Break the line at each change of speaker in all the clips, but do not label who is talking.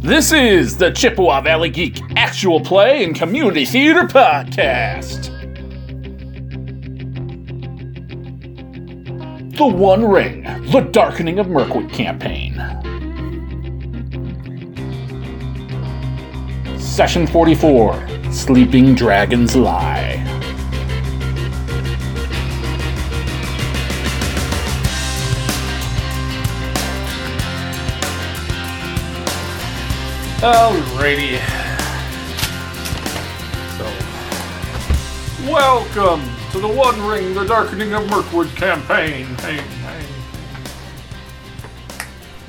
This is the Chippewa Valley Geek Actual Play and Community Theater Podcast. The One Ring, The Darkening of Mirkwood Campaign. Session 44 Sleeping Dragons Lie. Alrighty. So, welcome to the One Ring, the Darkening of Mirkwood campaign. Hey, hey.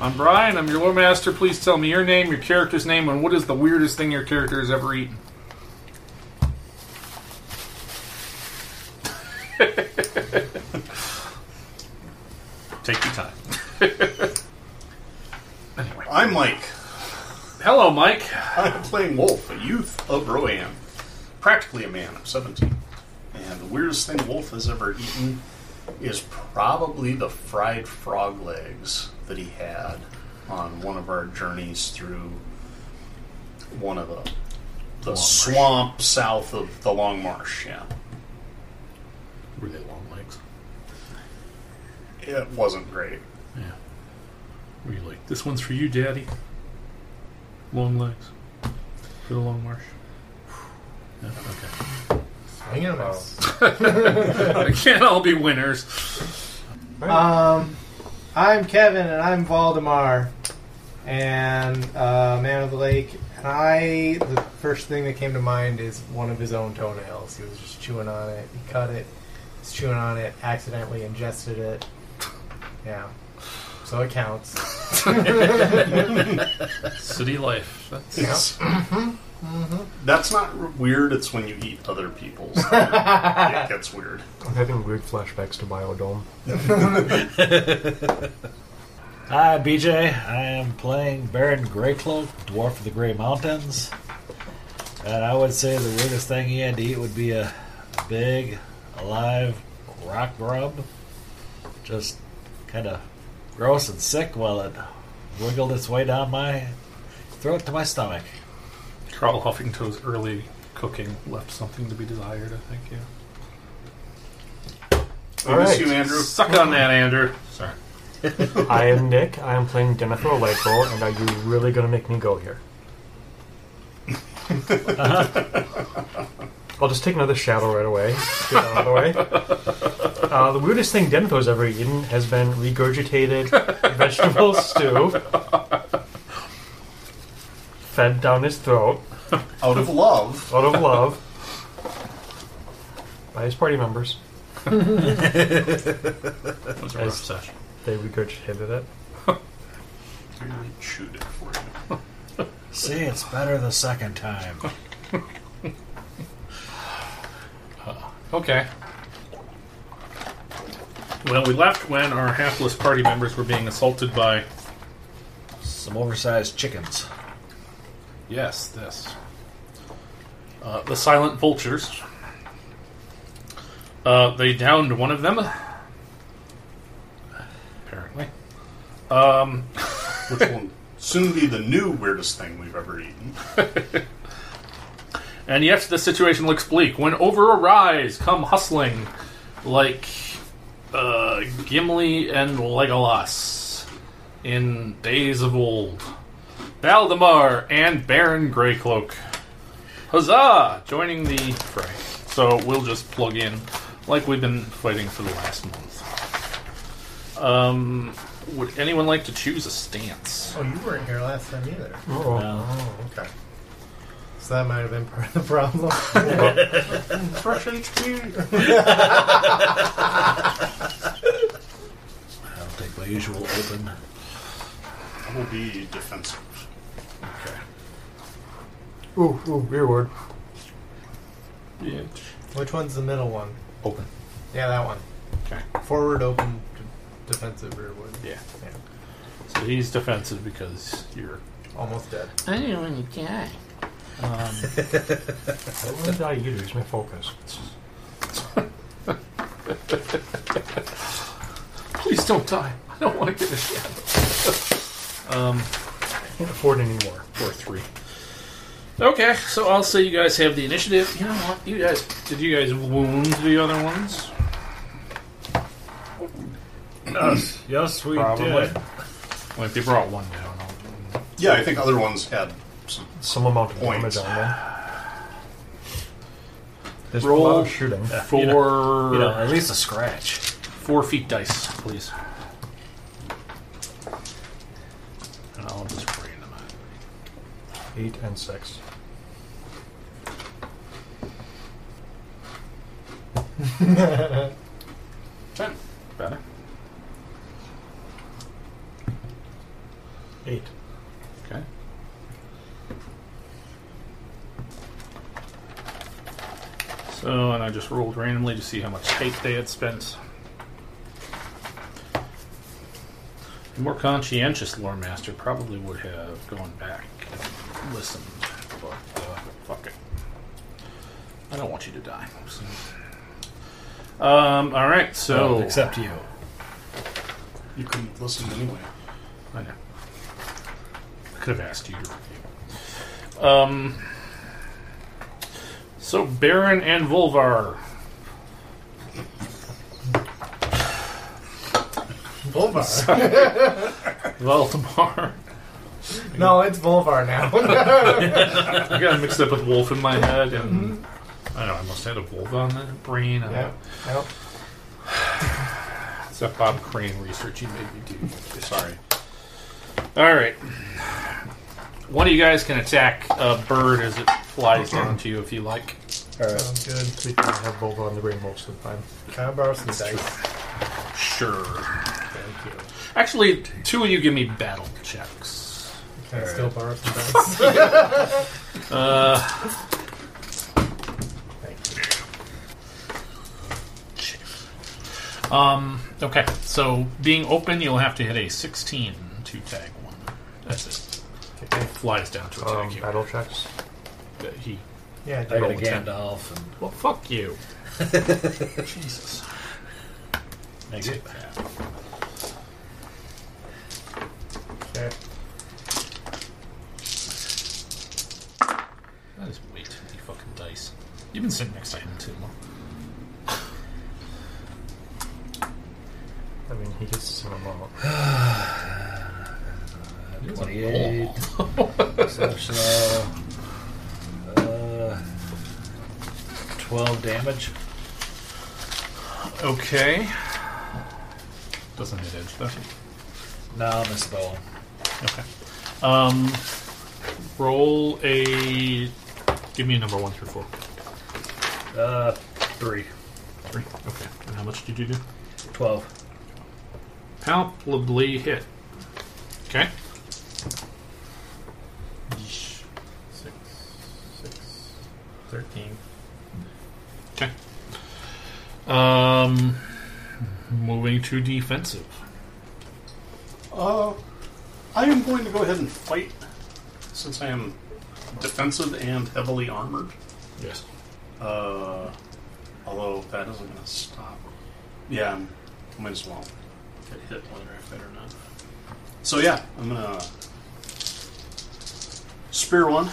I'm Brian. I'm your lore master. Please tell me your name, your character's name, and what is the weirdest thing your character has ever eaten.
Take your time.
I'm Mike.
Hello, Mike.
I'm playing Wolf, a youth of Rohan. Practically a man, I'm 17. And the weirdest thing Wolf has ever eaten is probably the fried frog legs that he had on one of our journeys through one of the the swamp south of the Long Marsh, yeah.
Were they long legs?
It wasn't great.
Yeah. Were you like, this one's for you, Daddy? Long legs. For the long marsh. Yeah, okay. It can't all be winners.
Um, I'm Kevin, and I'm Valdemar, and uh, Man of the Lake. And I, the first thing that came to mind is one of his own toenails. He was just chewing on it. He cut it. He's chewing on it. Accidentally ingested it. Yeah. So it counts.
City life. That's
It's- Mm-hmm. That's not r- weird, it's when you eat other people's. it gets weird.
I'm having weird flashbacks to Biodome.
Hi, BJ. I am playing Baron Greycloak, Dwarf of the Grey Mountains. And I would say the weirdest thing he had to eat would be a big, alive rock grub. Just kind of gross and sick while it wiggled its way down my throat to my stomach.
Carl Huffington's early cooking left something to be desired, I think, yeah.
We miss you, Andrew. Mm-hmm.
Suck on that, Andrew. Sorry.
I am Nick. I am playing Jennifer Lightbull, and are you really gonna make me go here? I'll just take another shadow right away. Get out of the way. Uh, the weirdest thing Denthor's ever eaten has been regurgitated vegetable stew fed down his throat
Out of love.
out of love by his party members.
That was a rough session.
They regurgitated it.
Here, let me shoot it for you.
See, it's better the second time.
Okay. Well, we left when our hapless party members were being assaulted by,
Some oversized chickens.
yes, this. Uh, the silent vultures. Uh, they downed one of them. Apparently. Um,
which will soon be the new weirdest thing we've ever eaten.
And yet the situation looks bleak. When over a rise come hustling like uh, Gimli and Legolas in days of old. Valdemar and Baron Greycloak. Huzzah! Joining the fray. So we'll just plug in like we've been fighting for the last month. Um, would anyone like to choose a stance?
Oh, you weren't here last time either.
Uh-oh.
Oh, okay. So that might have been part of the problem.
Fresh HP.
I'll take my usual open.
will be defensive.
Ooh, ooh, weird word.
Yeah.
Which one's the middle one?
Open.
Yeah, that one.
Okay.
Forward, open, d- defensive, rearward.
Yeah.
yeah.
So he's defensive because you're
Almost dead.
I don't want to die.
What did I use? Where's my focus?
Please don't die. I don't want to get a shot. um,
can't afford any more.
Or three. Okay, so I'll say you guys have the initiative. You know what? You guys did you guys wound the other ones?
Yes, yes, we
Probably.
did.
Well, if they brought one down, I'll
Yeah, I think other ones had some.
Some amount of damage
Points.
on them. There's a
Roll.
lot of shooting.
four
You know, at least a scratch.
four feet dice, please. And I'll just bring them out.
Eight and six.
Ten. Better.
Eight.
Okay. So, and I just rolled randomly to see how much tape they had spent. A more conscientious lore master probably would have gone back and listened, but uh, fuck it. I don't want you to die. so. Um, all right, so
Except you.
You couldn't listen anyway.
I know. I could have asked you to review. Um, so Baron and Volvar.
Volvar.
Voldemar.
no, it's Volvar now.
I got it mixed up with Wolf in my head, and I don't know, I must have had a wolf on the brain. I don't
yeah.
know.
Yep.
It's that Bob Crane research he made me do.
Sorry.
All right. One of you guys can attack a bird as it flies down to you if you like.
Sounds good. So you can have Volvo on the brain most of the time.
Can I borrow some dice?
Sure.
Thank you.
Actually, two of you give me battle checks.
Can I still borrow some dice?
Uh, Um, okay, so being open, you'll have to hit a 16 to tag one. That's it.
Okay.
Flies down to attack
Um,
you.
battle checks.
But He,
Yeah, I
I
did.
got a
Roll a ten.
Gandalf and
well, fuck you. Jesus.
exit.
Okay.
That is way too many fucking dice. You've been sitting next to him too long.
I mean, he gets some amount.
It is a
28.
ball.
Exceptional. Uh, 12 damage.
okay. Doesn't hit edge, does it?
No, miss bow.
Okay. Um, roll a. Give me a number one through four.
Uh, 3.
Three. Okay. And how much did you do?
12.
Palpably hit. Okay.
Six, six, thirteen.
Okay. Um, moving to defensive.
Uh, I am going to go ahead and fight since I am defensive and heavily armored.
Yes.
Uh, although that isn't going to stop. Yeah, I'm, I might as well get hit whether I fit or not. So yeah, I'm going to spear one.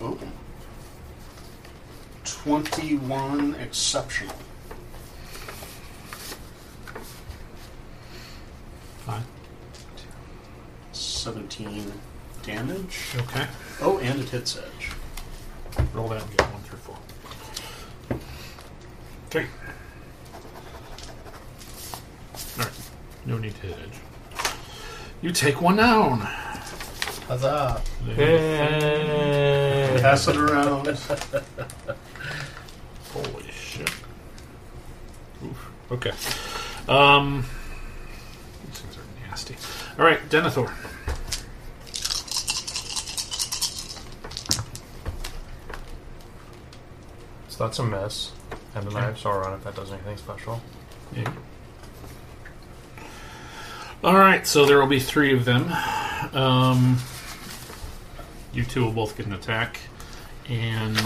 Oh. 21 exceptional.
Fine.
17 damage.
Okay.
Oh, and it hits edge.
Roll that and get one through four. Three. All right. No need to hit edge. You take one down.
Huzzah!
Pass it around.
Holy shit. Oof. Okay. Um, these things are nasty. All right, Denethor.
So that's a miss. And then I have Sauron if that does anything special.
All right, so there will be three of them. Um, you two will both get an attack, and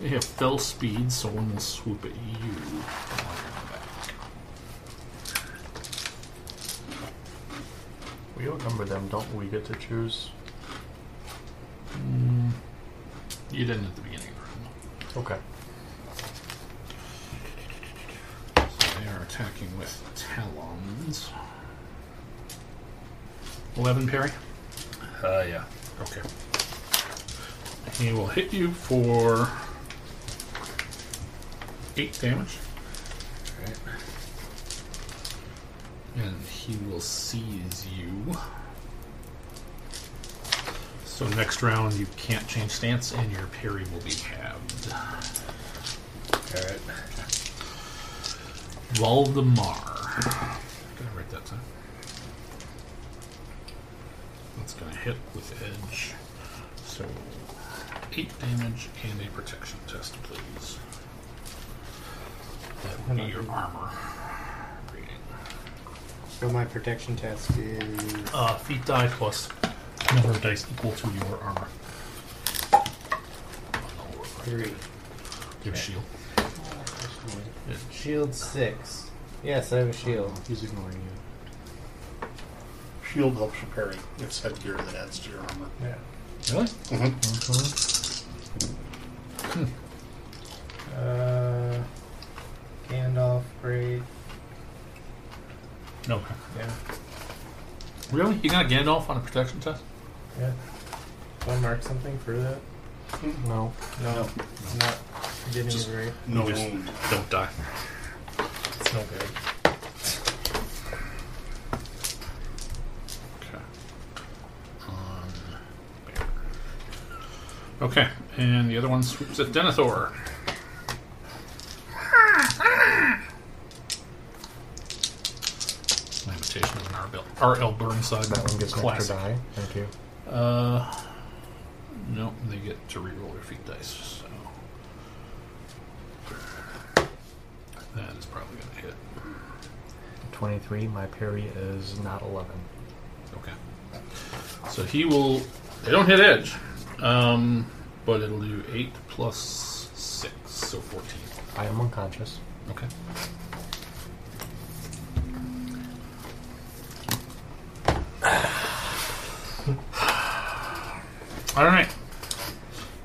they have fell speed, so one will swoop at you.
remember them, don't we get to choose?
You didn't at the beginning of the round.
Okay.
They are attacking with talons. 11 parry? Uh, yeah. Okay. He will hit you for 8 damage.
Alright.
And he will seize you. So next round you can't change stance and your parry will be halved.
Alright.
Valdemar. Did I write that down? That's going to hit with edge. So, 8 damage and a protection test, please. That would be your armor rating.
So my protection test is
Uh, feet die plus number of dice equal to your armor.
three.
Your shield.
Shield six. Yes, I have a shield.
He's ignoring you.
Shield helps you parry. It's headgear that adds to your armor.
Yeah.
Really?
Uh, Gandalf, great.
No.
Yeah.
Really? You got Gandalf on a protection test?
Yeah. Do I mark something for that?
No.
No. It's not. it Didn't
Just-
agree.
No
Just-
wound.
Don't die.
It's no good.
Okay. Um, bear. Okay, and the other one swoops at Denethor. Lamentation of an RL, RL Burnside.
That one gets an extra
classic.
die. Thank you.
Uh, no, they get to reroll their feet dice. So that is probably going to hit.
23. My parry is not 11.
Okay. So he will. They don't hit edge, um, but it'll do eight plus six, so fourteen.
I am unconscious.
Okay. All right.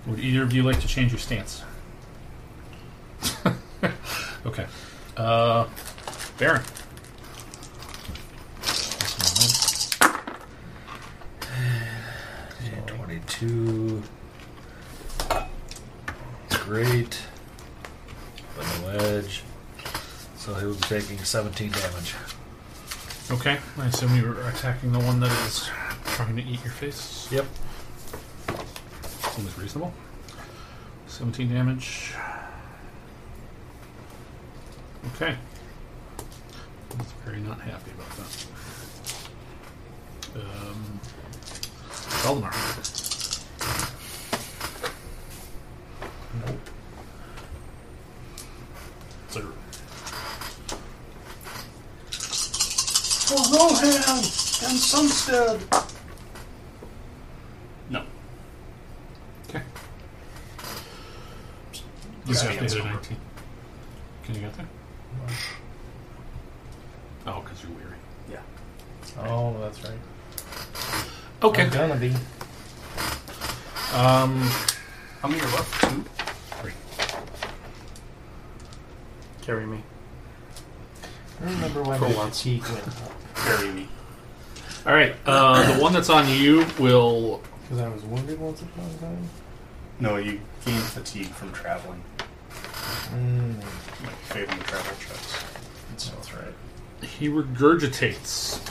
Would either of you like to change your stance? okay. Uh, Baron.
Yeah, 22. Great. But no edge. So he will be taking 17 damage.
Okay, I assume you were attacking the one that is trying to eat your face.
Yep.
Seems reasonable. 17 damage. Okay. I was very not happy about that. Um, Valdemar. Nope.
For Rohan and Sunstead. No.
Okay.
You got it.
Can you get there? Oh, because you're weary.
Oh, that's right.
Okay.
I'm gonna be.
Um,
How many are left? Two.
Carry me.
I remember when
For
my
once.
cheek went up
Parry me.
all right. Uh, the one that's on you will.
because I was wounded once upon a time.
No, you gain fatigue from traveling.
Mm.
Like failing travel checks. That sounds right.
He regurgitates. Uh,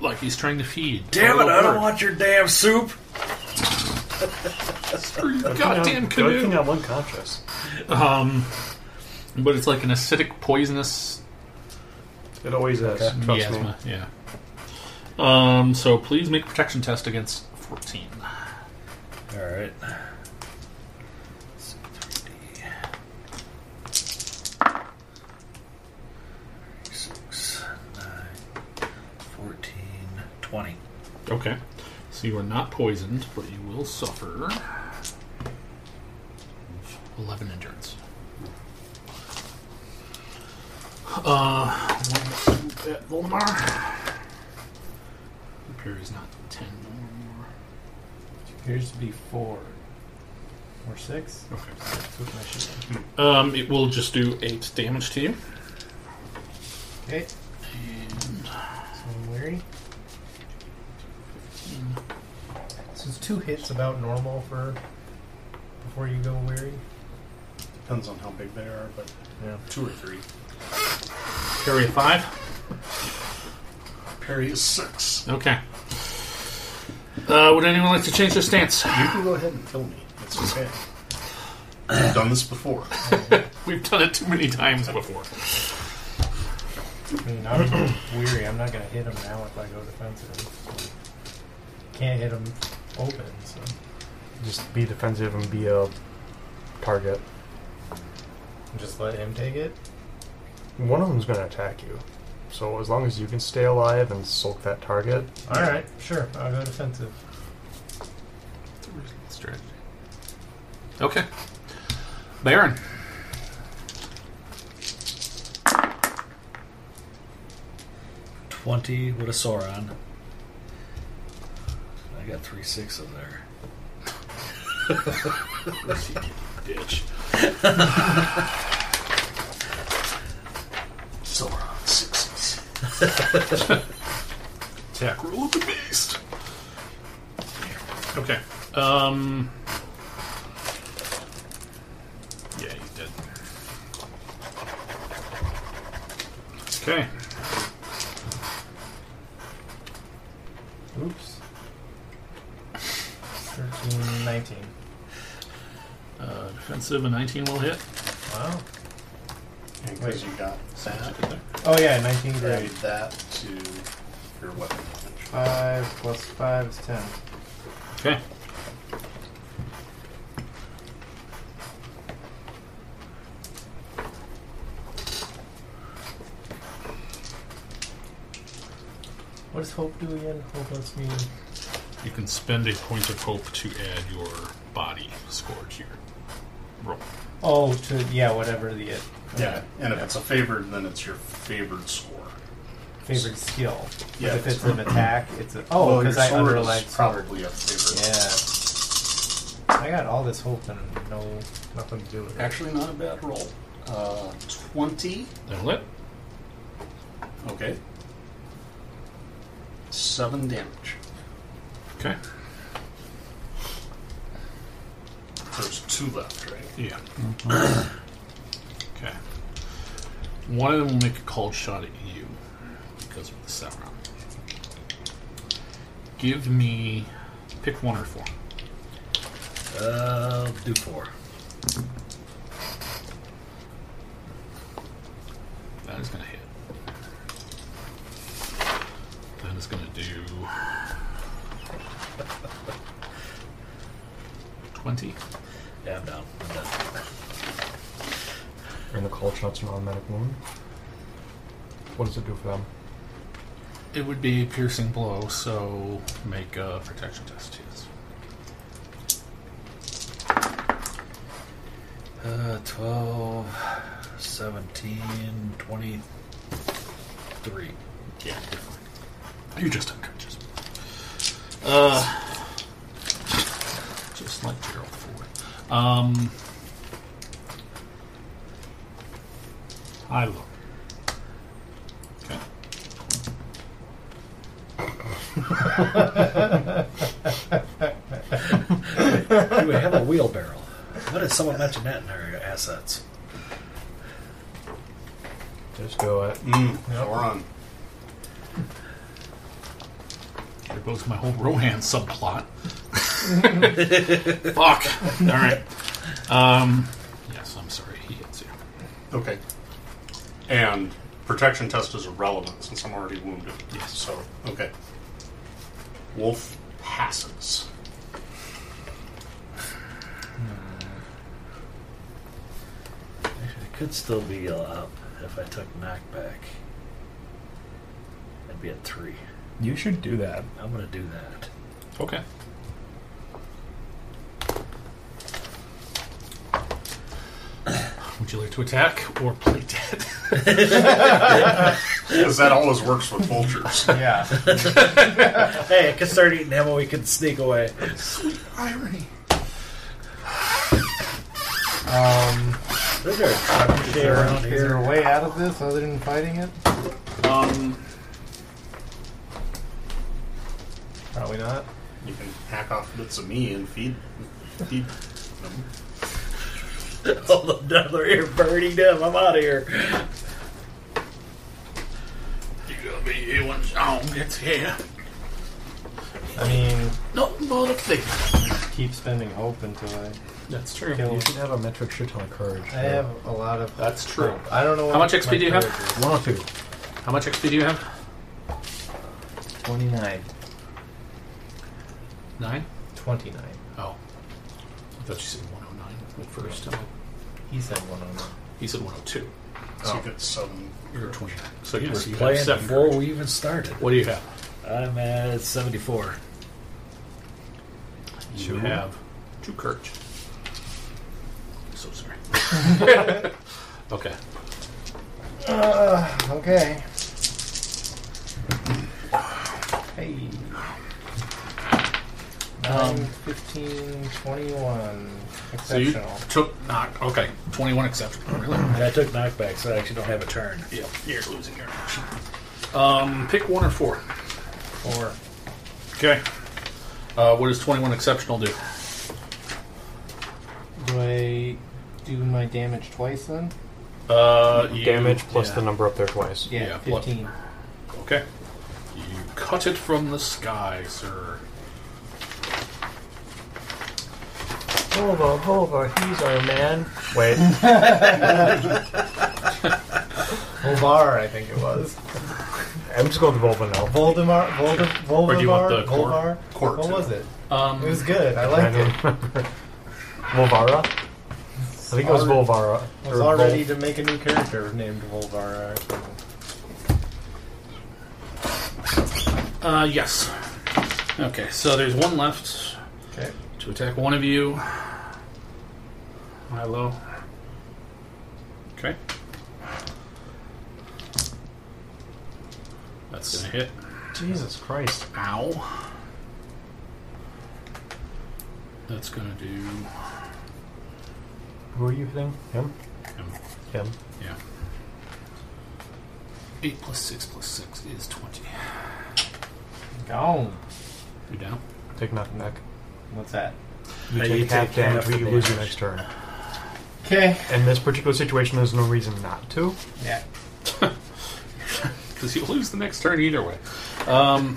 Like he's trying to feed.
Damn it, I don't
Oh.
Bird.
want your damn soup!
For your goddamn
Good thing
canoe.
I'm unconscious.
Um, but it's like an acidic, poisonous
It always is. Trust me.
miasma. Yeah. Um. So please make a protection test against fourteen.
Alright. Six, nine, 14, 20.
Okay. So you are not poisoned, but you will suffer 11 endurance. Uh, one, two, at Voldemar. Perry is not ten anymore.
appears to be four or six.
Um, it will just do eight damage to you.
Okay,
And
so I'm wary. So it's two hits about normal for before you go weary.
Depends on how big they are, but
Yeah.
two or three.
Perry a five.
Parry is six.
Okay. Uh, would anyone like to change their stance?
You can go ahead and kill me. It's okay. I've done this before.
We've done it too many times before.
I mean, I'm weary. I'm not gonna hit him now if I go defensive. Can't hit him open. So
Just be defensive and be a target.
just let him take it.
One of them's going to attack you. So as long as you can stay alive and soak that target,
All right, sure. I'll go defensive.
Strategy. Okay. Baron.
Twenty with a Sauron. I got three sixes there.
Ditch.
Sauron, sixes.
Attack roll of the beast. Okay. Um. Yeah, you did. Okay.
Oops. 13, 19.
Uh, defensive, a 19 will hit.
Wow.
And because you got that,
Oh, yeah, 19
grade
grade.
that to your weapon damage.
5 plus 5 is 10.
Okay.
What does hope do again? Hope lets me.
You can spend a point of hope to add your body score to your roll.
Oh, to, yeah, whatever the uh, it,
Yeah, and if it's a favored, then it's your favored score.
favorite skill. But
Yeah.
if it's an attack, it's a. Oh,
Well,
because
your
I
sword is
underlined.
probably a favorite.
Yeah. I got all this hope and no nothing to do with it.
Actually, not a bad roll. Uh, 20.
That'll it.
Okay. Seven damage.
Okay.
There's two left, right?
Yeah. okay. One of them will make a cold shot at you because of the Sauron. Give me. Pick one or four.
Uh, do four.
That is going to hit. That is going to do. 20.
Yeah, I'm down. I'm done.
and the call shot's an automatic wound. What does it do for them?
It would be a piercing blow, so make a protection test, yes.
Uh, 12, 17, 23.
Yeah. You're just unconscious. Uh, just like Gerald Ford. Um, I look. Okay.
Do we have a wheelbarrow? What did someone mention that in their assets?
Just do it.
Mm, Sauron.
There goes my whole Rohan subplot. Fuck. All right. Um, yes, I'm sorry. He hits you.
Okay. And protection test is irrelevant since I'm already wounded.
Yes.
So, okay. Wolf passes.
Actually, it could still be up if I took knockback. I'd be at three.
You should do that.
I'm gonna do that.
Okay. Would you like to attack or play dead?
Because that always works with vultures.
Yeah.
Hey, I can start eating him and we can sneak away.
Irony.
Um,
Is there a trebuchet around
is there
here?
a way out of this other than fighting it?
Um,
Probably not.
You can hack off bits of me and feed, feed them.
Hold up, another ear burning down. I'm out of here.
you gotta be here when John gets here.
I mean,
Not more thing.
keep spending hope until I
That's true.
kill.
You should have a metric shit ton of courage.
I have a lot of.
That's true.
I don't know. What
How much
my
XP do you have?
character is.
One or two.
How much XP do you have?
Twenty-nine.
Nine.
Twenty-nine.
Oh, I thought you said 109 at first.
He said one on one.
He said 102.
So
Oh.
you get some.
You're 29. So
We
yes,
were
you have
playing
seven.
before we even started.
What do you have?
I'm at 74.
You have two courage. So sorry. okay.
Uh, okay. Hey. 9, 15, 21.
So you
Exceptional.
took knock. Okay, 21 exceptional. Really?
And I took knockback, so I actually don't have a turn.
yeah, you're losing your action. Um, pick one or four.
Four.
Okay. Uh, what does 21 exceptional do?
Do I do my damage twice then?
Uh, you-
Damage plus
yeah.
the number up there twice.
Yeah,
Yeah, plus-
15.
Okay. You cut it from the sky, sir.
Hold on, hold on. He's our man. Wait.
Volvar, I think it was.
I'm just going to Volva now.
Voldemar? Volde, Voldemar?
do you want the court?
Volvar?
Court.
What was it?
Um,
It was good. I
I
liked
don't
it.
remember. Volvara? I think it was
Already- I
Volvara. or
was
Vol-
all ready to make a new character named Volvar. actually.
Uh, yes. Okay, so there's one left
Okay.
to attack one of you. Milo. Okay. That's gonna hit.
Jesus Christ.
Ow. That's gonna do.
Who are you hitting? Him?
Him.
Him.
Yeah. 8 plus 6 plus 6 is 20.
Gone.
You down?
Take knock knock.
What's that?
You
Uh,
take
you
half
take
damage,
half
we
the
lose your
damage.
next turn.
Okay.
In this particular situation, there's no reason not to.
Yeah.
Because you lose the next turn either way. Um,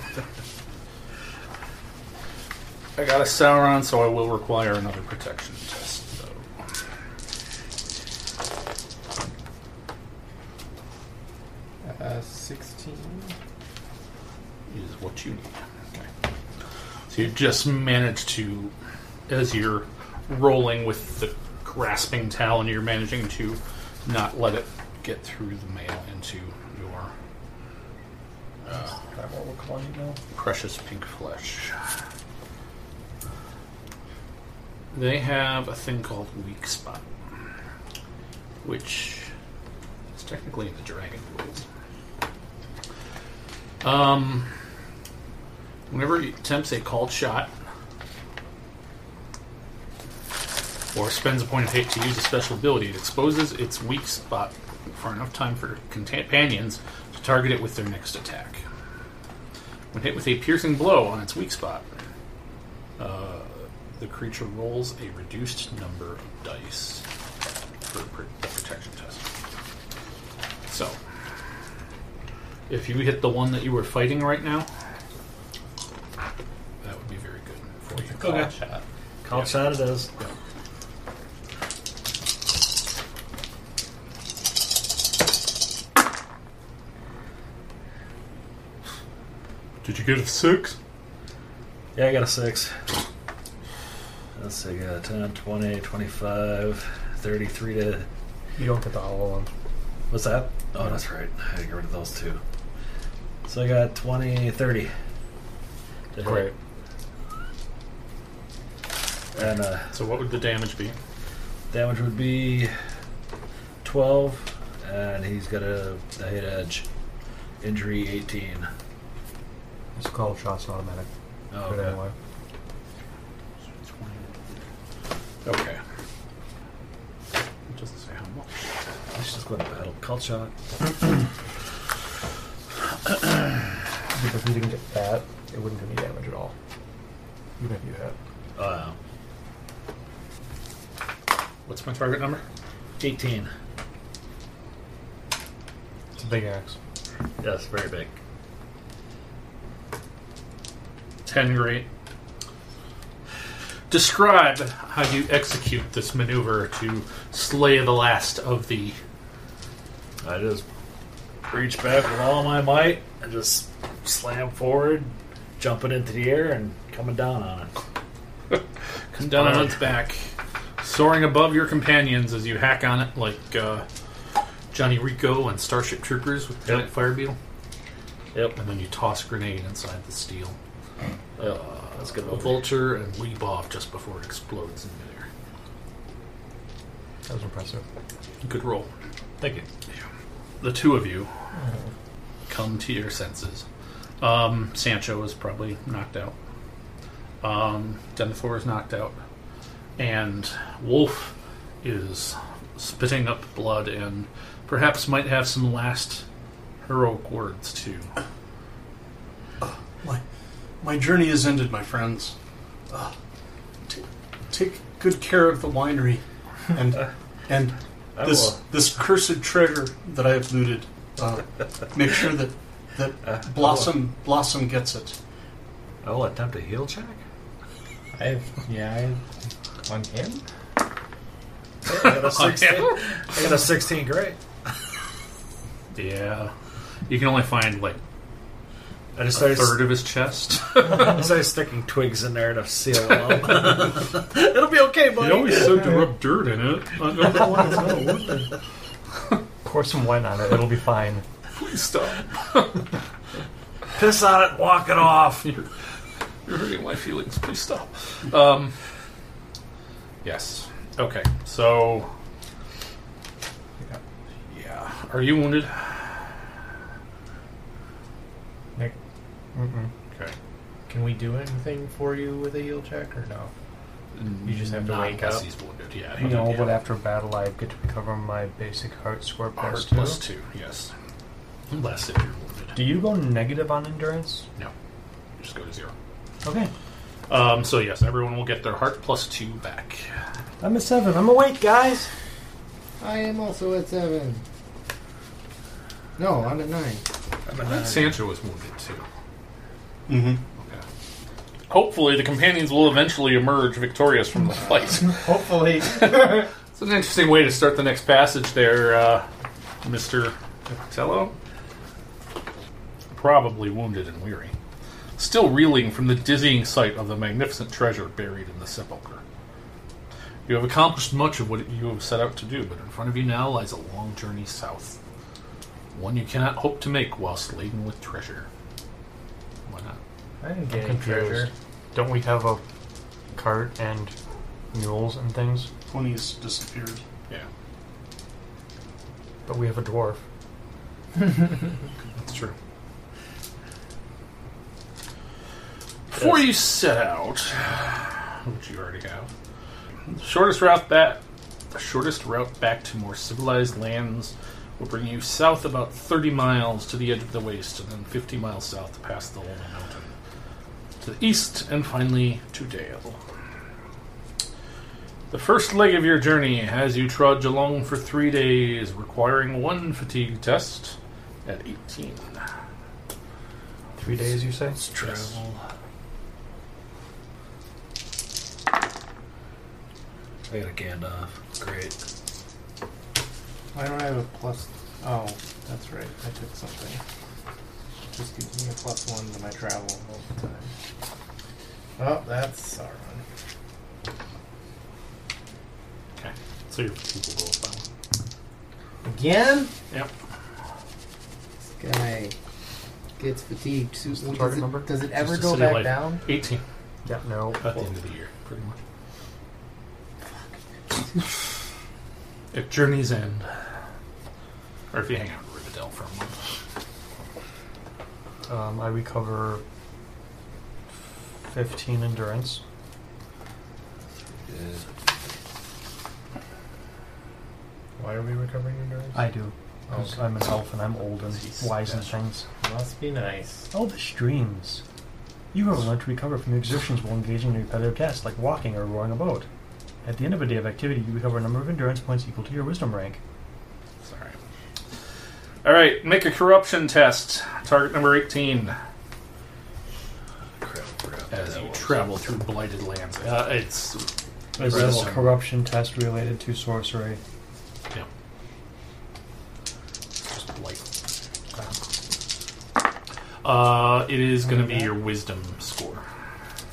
I got a Sauron, so I will require another protection test, though.
Uh, 16.
Is what you need. Okay. So you just manage to, as you're rolling with the grasping talon, you're managing to not let it get through the mail into your
Is that what we're calling it now?
uh, precious pink flesh. They have a thing called weak spot, which is technically in the dragon rules. Um, whenever it attempts a called shot or spends a point of hit to use a special ability, it exposes its weak spot for enough time for companions to target it with their next attack. When hit with a piercing blow on its weak spot, uh, the creature rolls a reduced number of dice for pr- the protection test. So, if you hit the one that you were fighting right now, that would be very good for you.
Okay. Call
Yeah.
shot it is.
Did you get a six?
Yeah, I got a 6. Let's see, uh, I got a 10, 20, 25, 33 to.
You don't get the hollow one.
What's that? Oh, that's right. I had to get rid of those two. So I got 20, 30. to hit.
Great.
And uh,
So, what would the damage be?
damage would be 12, and he's got a, a hit edge. Injury 18.
It's called shots automatic.
Oh,
Put it
okay.
away.
okay.
It doesn't say how much.
Let's just go to battle. Cult shot.
Because if you didn't get that, it wouldn't do any damage at all. Even if you hit.
Uh,
What's my target number?
18.
It's a big axe.
Yes, very big.
10 great. Describe how you execute this maneuver to slay the last of the.
I just reach back with all my might and just slam forward, jumping into the air and coming down on it.
Come down
Uh,
on its back, soaring above your companions as you hack on it like uh, Johnny Rico and Starship Troopers with the
Yep.
giant fire beetle.
Yep.
And then you toss grenade inside the steel. Uh,
Let's get
a
over.
vulture and leap off just before it explodes in midair.
That was impressive.
Good roll.
Thank you.
The two of you come to your senses. Um, Sancho is probably knocked out. Um, Denethor is knocked out. And Wolf is spitting up blood and perhaps might have some last heroic words too.
My, my journey is ended, my friends. Ah, t- take good care of the winery and and
I
this
will.
this cursed treasure that I have looted. Uh, make sure that that
Uh,
Blossom Blossom gets it.
I will attempt a heal check.
I have, yeah, I have, on him?
I got a 16. I got a 16. Great.
Yeah. You can only find like
I just
a
started,
third of his chest.
I started sticking twigs in there to seal it up. It'll be okay, buddy.
said to rub dirt in it. I don't know why it's not working.
Pour some wine on it, it'll be fine.
Please stop.
Piss on it, walk it off.
You're, you're hurting my feelings. Please stop. Um, yes. Okay. So. Yeah. Are you wounded?
Nick,
Mm-mm.
Okay.
can we do anything for you with a heal check or no? You just have to
Not
wake
unless
up.
Mm-hmm. He's wounded. Yeah. he-
No,
yeah.
but after battle, I get to recover my basic heart score
Heart
plus
plus
two.
two. Yes. Unless if you're wounded,
Do you go negative on endurance?
you just go to zero.
Okay.
Um, so yes, everyone will get their heart plus two back.
I'm at seven. I'm awake, guys.
I am also at seven. No, I'm at nine.
Sancho was wounded too.
Mm-hmm.
Hopefully, the companions will eventually emerge victorious from the fight.
Hopefully.
It's an interesting way to start the next passage there, uh, Mr. Tello. Probably wounded and weary. Still reeling from the dizzying sight of the magnificent treasure buried in the sepulchre. You have accomplished much of what you have set out to do, but in front of you now lies a long journey south. One you cannot hope to make whilst laden with treasure. Why not?
I didn't get any
Confused.
treasure.
Don't we have a cart and mules and things?
Plenty's disappeared.
Yeah,
But we have a dwarf.
that's true. Before you set out, which you already have, the shortest route back, the shortest route back to more civilized lands will bring you south about 30 miles to the edge of the waste, and then 50 miles south past the Holy Mountain, to the east, and finally to Dale. The first leg of your journey has you trudge along for three days, requiring one fatigue test at 18.
Three days, you say?
Travel.
I got a Gandalf. Great.
I don't have a plus. Oh, that's right. I took something. Just gives me a plus one to my travel all the time. Oh, that's Sauron.
Okay. So your fatigue will go up by one.
Again?
Yep.
This guy gets fatigued. So,
the
does
target
it-
number?
Does it ever
Just a
go
city
back
light.
down?
18
Yeah, no.
at the end of the year, pretty much. At Journey's End. Or if you hang out in Rivendell for a month.
Um, I recover 15 endurance.
Why are we recovering endurance?
I do. 'cause I'm an elf and I'm old and
He's
wise and things.
Must be nice.
All the streams. You are allowed to recover from your exertions while engaging in repetitive tasks like walking or rowing a boat. At the end of a day of activity, you recover a number of endurance points equal to your wisdom rank.
Sorry. All right, make a corruption test. Target number 18.
Crap, crap.
As
That
you
was-
travel through blighted lands, uh, it's
Is
this
this corruption test related to sorcery?
just blight. Uh, it is going to be your wisdom score.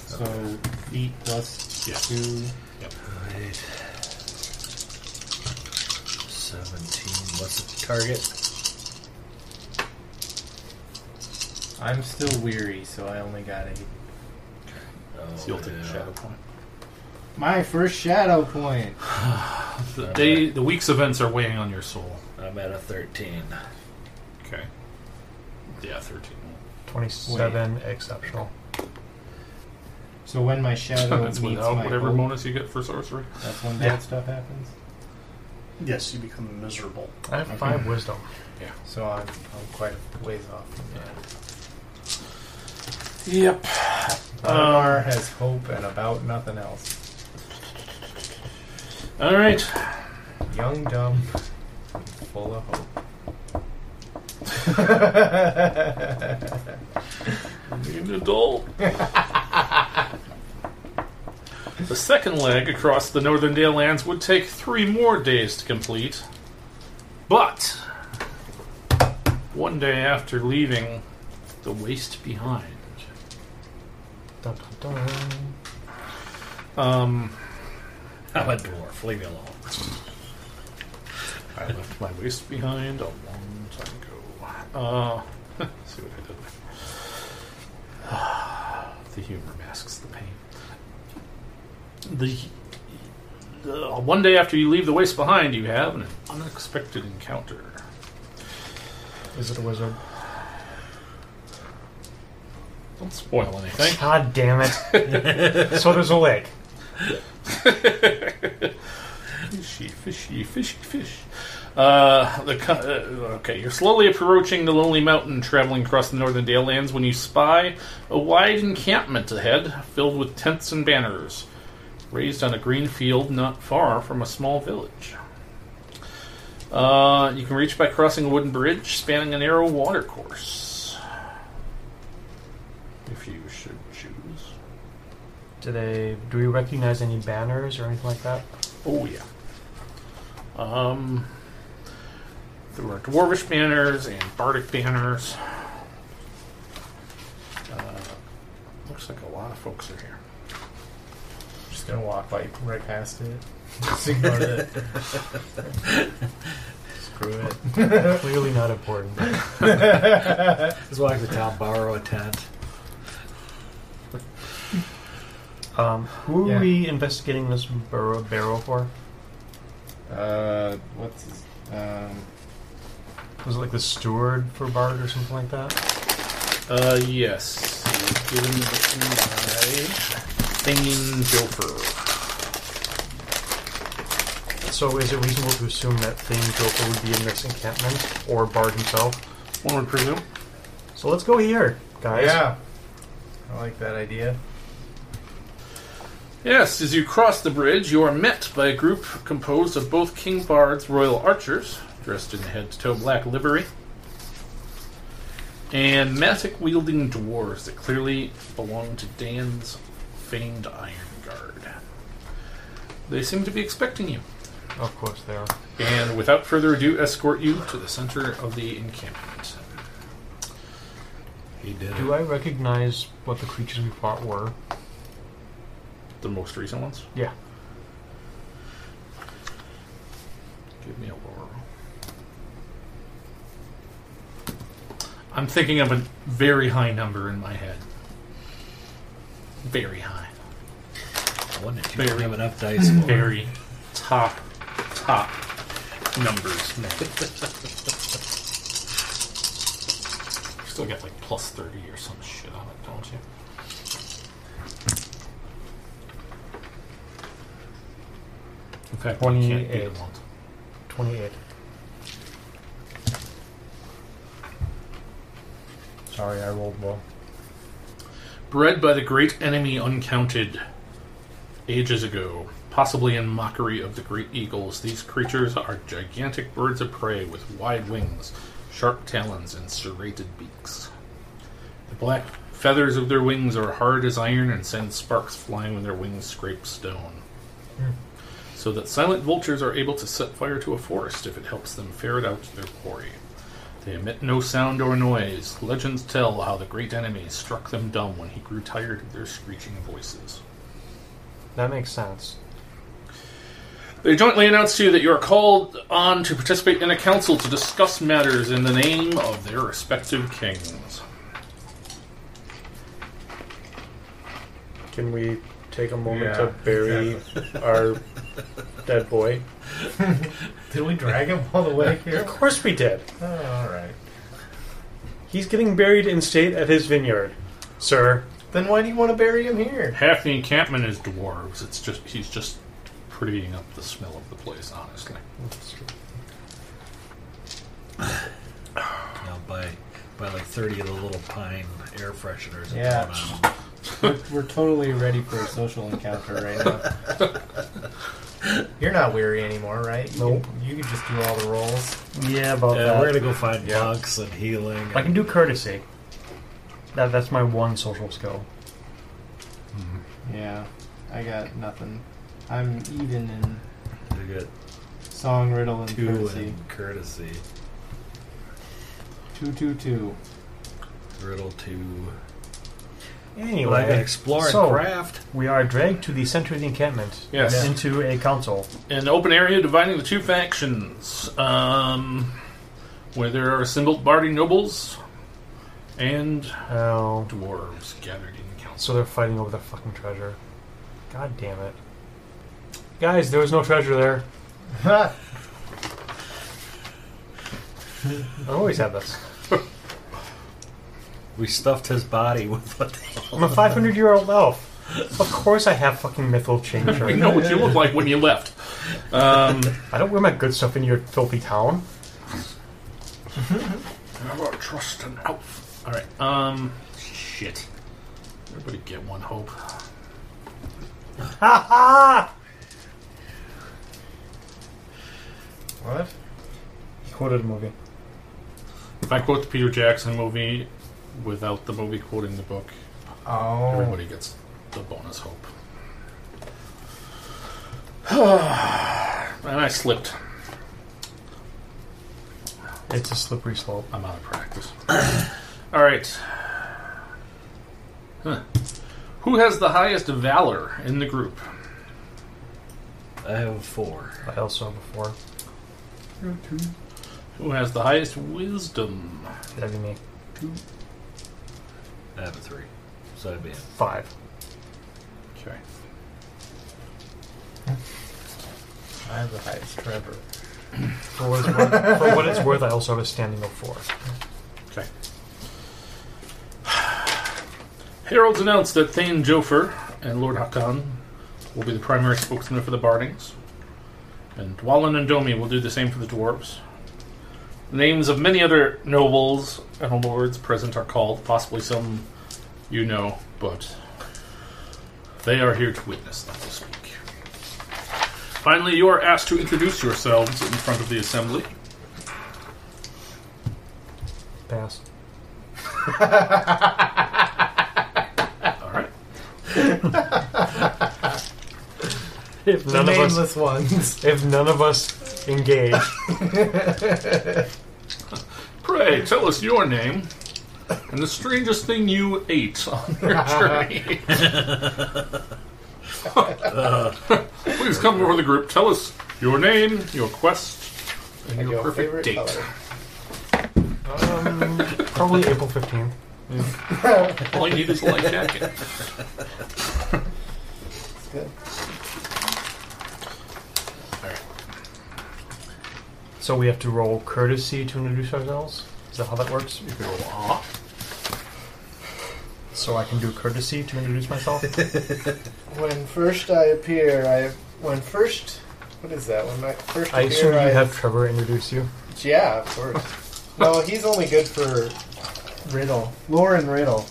So feet plus
Yeah.
two.
Alright. 17. What's the target?
I'm still weary, so I only got eight.
Oh,
So you'll take a
yeah.
shadow point.
My first shadow point.
The, day, the week's events are weighing on your soul.
I'm at a 13.
Okay. Yeah, 13.
27 exceptional.
So when my shadow
That's
meets
without
my
whatever
bolt,
bonus you get for sorcery.
that's when
Yeah.
bad stuff happens.
Yes, you become miserable.
I have 5 wisdom.
So I'm, I'm quite a ways off. From that.
Yep. Um,
Valdemar has hope and about nothing else.
All right.
Young, dumb, full of hope.
Be an adult. the second leg across the Northern Dale lands would take three more days to complete. But one day after leaving the waste behind,
Dun, dun, dun.
um,
I'm a dwarf. Leave me alone.
I left my waste behind a long time ago. Uh, let's see what I did. the humor masks the pain. The, the one day after you leave the waste behind, you have an unexpected encounter.
Is it a wizard?
Don't spoil anything.
God damn it. so there's a lake.
Fishy, fishy, fishy, fish. Uh, the co- uh, okay, you're slowly approaching the lonely mountain, traveling across the northern dale lands when you spy a wide encampment ahead, filled with tents and banners, raised on a green field not far from a small village. Uh, you can reach by crossing a wooden bridge spanning a narrow watercourse. If you should choose.
Do they? Do we recognize any banners or anything like that?
Oh yeah. Um, there were dwarvish banners and bardic banners. Uh, looks like a lot of folks are here.
Just gonna walk like right past it. Just ignore it. Screw it.
Clearly not important.
Let's walk to town, borrow a tent.
Um, who are
Yeah.
we investigating this burrow, barrow for?
Uh, what's his, um?
Was it like the steward for Bard or something like that?
Uh, yes. Given the booking by Thinging Joker.
So is it reasonable to assume that Thane Joker would be in this encampment or Bard himself?
One would presume.
So let's go here, guys.
Yeah, I like that idea.
Yes, as you cross the bridge, you are met by a group composed of both King Bard's royal archers, dressed in head to toe black livery, and magic wielding dwarves that clearly belong to Dan's famed Iron Guard. They seem to be expecting you,
Of course they are.
and without further ado, escort you to the center of the encampment.
He did
Do I recognize what the creatures we fought were?
The most recent ones?
Yeah.
Give me a laurel. I'm thinking of a very high number in my head. Very high.
I wonder if you
Very-
have enough dice for it.
Very top, top numbers. man. still get like plus 30 or some shit on it, don't you? In fact, you can't beat
28.
it once.
28. Sorry, I rolled low.
Bred by the great enemy uncounted ages ago, possibly in mockery of the great eagles, these creatures are gigantic birds of prey with wide wings, sharp talons, and serrated beaks. The black feathers of their wings are hard as iron and send sparks flying when their wings scrape stone. So that silent vultures are able to set fire to a forest if it helps them ferret out their quarry. They emit no sound or noise. Legends tell how the great enemy struck them dumb when he grew tired of their screeching voices.
That makes sense.
They jointly announce to you that you are called on to participate in a council to discuss matters in the name of their respective kings.
Can we take a moment
Yeah,
to bury our dead boy?
Did we drag him all the way here?
Of course we did.
Oh, all right.
He's getting buried in state at his vineyard, sir.
Then why do you want to bury him here?
Half the encampment is dwarves. It's just he's just prettying up the smell of the place, honestly.
You know, by by like thirty of the little pine air fresheners. and
Yeah.
going on.
We're, we're totally ready for a social encounter right now. You're not weary anymore, right? You
Nope.
Can, you can just do all the rolls.
Yeah, about
Yeah,
that.
we're gonna go find monks and healing.
I can do courtesy. That, that's my one social skill.
Yeah, I got nothing. I'm even in
and we got
song, riddle, and
two
courtesy.
and courtesy.
Two, two, two.
Riddle two. But I can
Anyway,
explore and
so-
craft.
we are dragged to the center of the encampment.
Yes.
and Into a council.
an open area dividing the two factions, um, where there are assembled Bardi nobles and
Oh.
dwarves gathered in council.
So they're fighting over the fucking treasure. God damn it. Guys, there was no treasure there.
Ha!
I always have this.
We stuffed his body with what? the-
I'm a 500 year old elf. Of course I have fucking mithril chain
We
shirt.
know what you look like when you left. Um,
I don't wear my good stuff in your filthy town.
How about trust and elf? All right. Um, shit. Everybody get one hope.
Ha ha!
What?
He quoted a movie.
If I quote the Peter Jackson movie without the movie quoting the book,
Oh.
everybody gets the bonus hope. and I slipped.
It's a slippery slope.
I'm out of practice. All right. Huh. Who has the highest valor in the group?
I have four.
I also have before.
Who has the highest wisdom?
That'd be me.
I have a three. So I'd be in.
Five.
Okay.
I have the highest Trevor.
For what it's worth, for what it's worth I also have a standing of four.
Okay. Heralds announced that Thane Jofer and Lord Hakan will be the primary spokesmen for the Bardings, and Dwalin and Domi will do the same for the dwarves. The names of many other nobles and lords present are called, possibly some you know, but they are here to witness them this week. Finally, you are asked to introduce yourselves in front of the assembly.
Pass.
All right.
If
The
none of us,
nameless ones.
if none of us engage,
Pray, tell us your name and the strangest thing you ate on your journey. Please come before the group. Tell us your name, your quest, and your perfect date.
um, probably April 15th.
All you need is a light jacket.
good.
So we have to roll courtesy to introduce ourselves? Is that how that works?
You can roll awe.
so I can do courtesy to introduce myself.
When first I appear, I when first what is that? When I first
I assume
appear,
you
I
have Trevor introduce you.
yeah, of course. no, he's only good for Riddle, Lauren Riddle.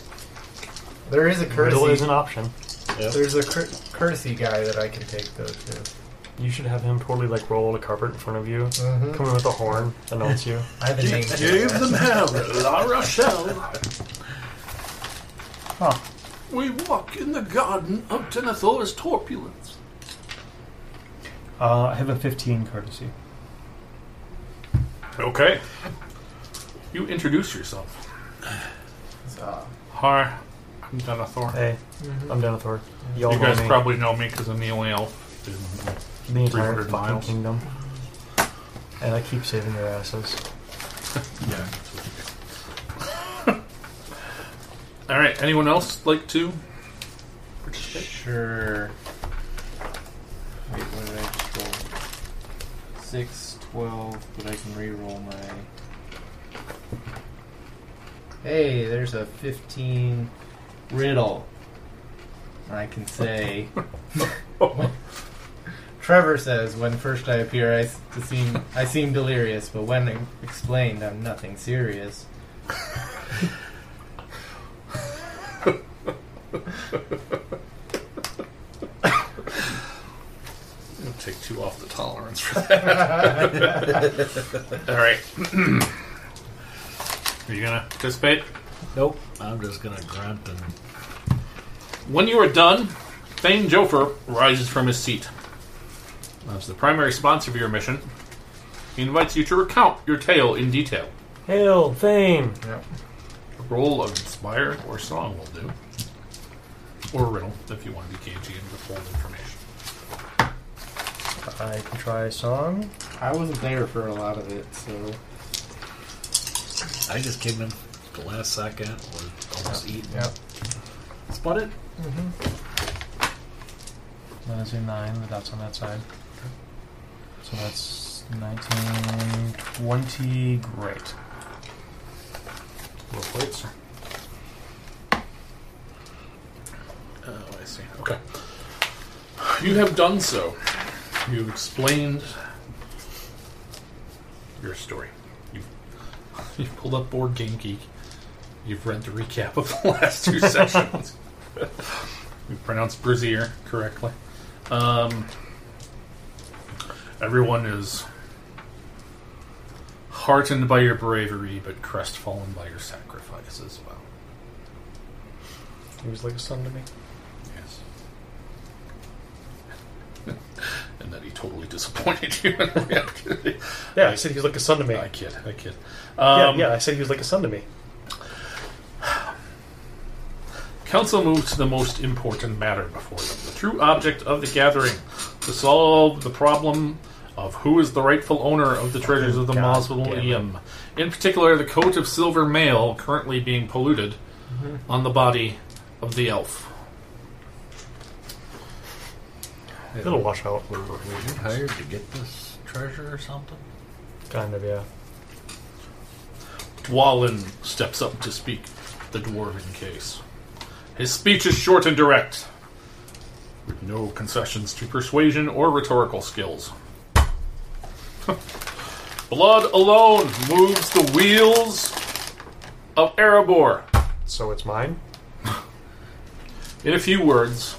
There is a courtesy.
Riddle is an option.
There's a cur- courtesy guy that I can take though too.
You should have him totally like roll a carpet in front of you,
Mhm.
come in with a horn, announce you.
I have a name. for
Gave
that.
them hell, La Rochelle.
We walk in the garden of Denethor's torpulence.
Uh, I have a 15 courtesy.
Okay. You introduce yourself.
Uh,
Hi, I'm Denethor.
Hey,
Mm-hmm.
I'm Denethor. Y'all
you guys
know me.
probably know me because I'm the only elf. in-
the entire
300
fucking
miles.
kingdom. And I keep saving your asses.
All right. Anyone else like to?
Sure. Wait, what did I just roll? Six, twelve, but I can re-roll my. Hey, there's a fifteen riddle. I can say. Trevor says, "When first I appear, I s- to seem I seem delirious, but when I'm explained, I'm nothing serious."
I'll take two off the tolerance for that. All right. Are you gonna participate?
Nope. I'm just gonna grunt and
When you are done, Thane Jofer rises from his seat. As the primary sponsor of your mission, he invites you to recount your tale in detail.
Hail, Thane!
A roll of Inspire or Song will do. Or Riddle, if you want to be cagey and withhold information.
I can try a song.
I wasn't there for a lot of it, so
I just came in the last second, was almost eaten.
Yep.
Spot it.
Mm-hmm. That is a 9, the dot's on that side. So that's 19, 20, great.
Roll plates. Oh, I see. Okay. You have done so. You've explained your story. You've, you've pulled up Board Game Geek. You've read the recap of the last two sessions. You pronounced Brazier correctly. Um, everyone is heartened by your bravery, but crestfallen by your sacrifice as well.
He was like a son to me.
Yes. and that he totally disappointed you in reality.
Yeah, I said he was like a son to me.
I kid, I kid.
yeah,
Um,
yeah, I said he was like a son to me.
Council moves to the most important matter before them the true object of the gathering to solve the problem of who is the rightful owner of the treasures of the
God
mausoleum, in particular the coat of silver mail currently being polluted
Mm-hmm.
on the body of the elf.
It'll wash out.
Were you hired to get this treasure or something?
Kind of, yeah.
Dwalin steps up to speak the dwarven case. His speech is short and direct, with no concessions to persuasion or rhetorical skills. Blood alone moves the wheels of Erebor.
So it's mine?
In a few words,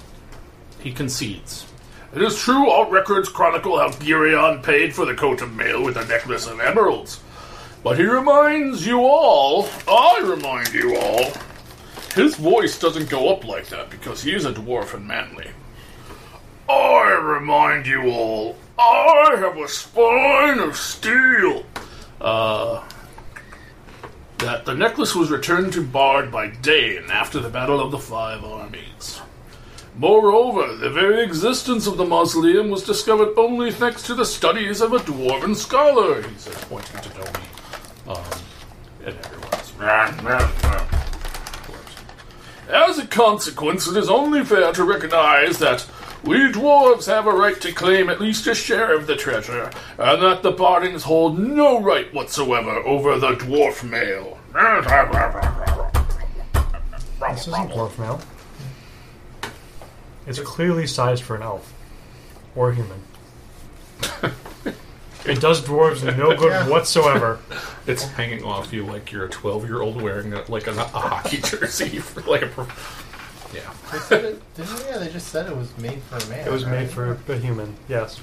he concedes. It is true all records chronicle how Girion paid for the coat of mail with a necklace of emeralds. But he reminds you all, I remind you all, his voice doesn't go up like that because he is a dwarf and manly. I remind you all, I have a spine of steel. Uh, that the necklace was returned to Bard by Dane after the Battle of the Five Armies. Moreover, the very existence of the mausoleum was discovered only thanks to the studies of a dwarven scholar, he says, pointing to Domi. Um, and everyone else. As a consequence, it is only fair to recognize that we dwarves have a right to claim at least a share of the treasure, and that the Bardings hold no right whatsoever over the dwarf male.
This is a dwarf male. It's clearly sized for an elf or a human. it does dwarves no good whatsoever.
It's hanging off you like you're a 12 year old wearing a, like a, a hockey jersey, for like a. pro- Yeah,
They said it, didn't, yeah, they just said it was made for a man.
It was made
right?
for a human. Yes.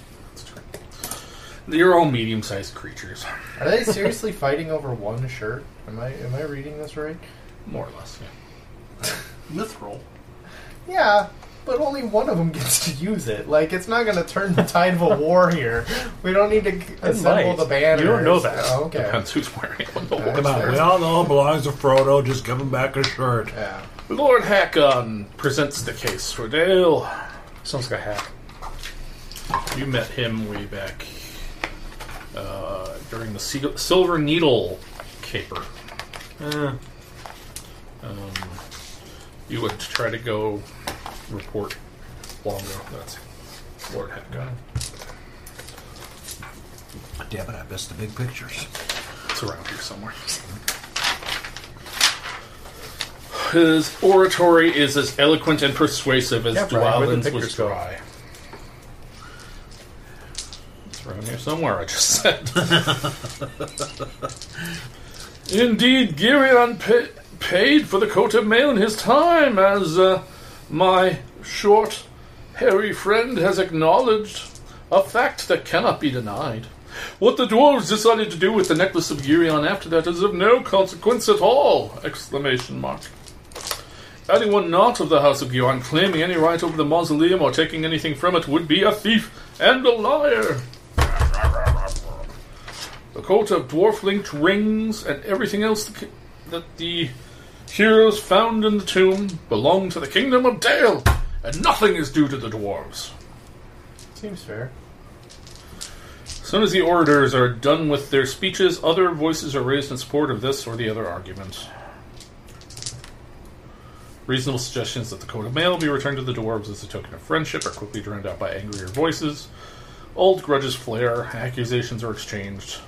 you're all medium sized creatures,
Are they seriously fighting over one shirt? Am I am I reading this right?
more or less. Yeah.
Mithril.
Yeah, but only one of them gets to use it. Like it's not going to turn the tide of a war here. We don't need to g- assemble
might.
the banners.
You don't know that.
Oh, okay.
Depends who's wearing it. When the
Come on, we all know it belongs to Frodo. Just give him back his shirt.
Yeah.
Lord Hakon presents the case for Dale.
Sounds like a hack.
You met him way back uh, during the Sil- Silver Needle caper.
Eh,
Um, you would try to go report Longo. That's Lord Hakon.
Damn it, I missed the big pictures.
It's around here somewhere. His oratory is as eloquent and persuasive as
Yeah, Brian, where'd the
Dwalin's was
pictures go?
dry. It's around here somewhere, I just said. Indeed, Girion pa- paid for the coat of mail in his time, as uh, my short, hairy friend has acknowledged a fact that cannot be denied. What the dwarves decided to do with the necklace of Girion after that is of no consequence at all! Exclamation mark. Anyone not of the House of Girion claiming any right over the mausoleum or taking anything from it would be a thief and a liar. The coat of dwarf-linked rings and everything else the ki- that the heroes found in the tomb belong to the kingdom of Dale, and nothing is due to the dwarves.
Seems fair.
As soon as the orators are done with their speeches, other voices are raised in support of this or the other argument. Reasonable suggestions that the coat of mail be returned to the dwarves as a token of friendship are quickly drowned out by angrier voices. Old grudges flare, accusations are exchanged.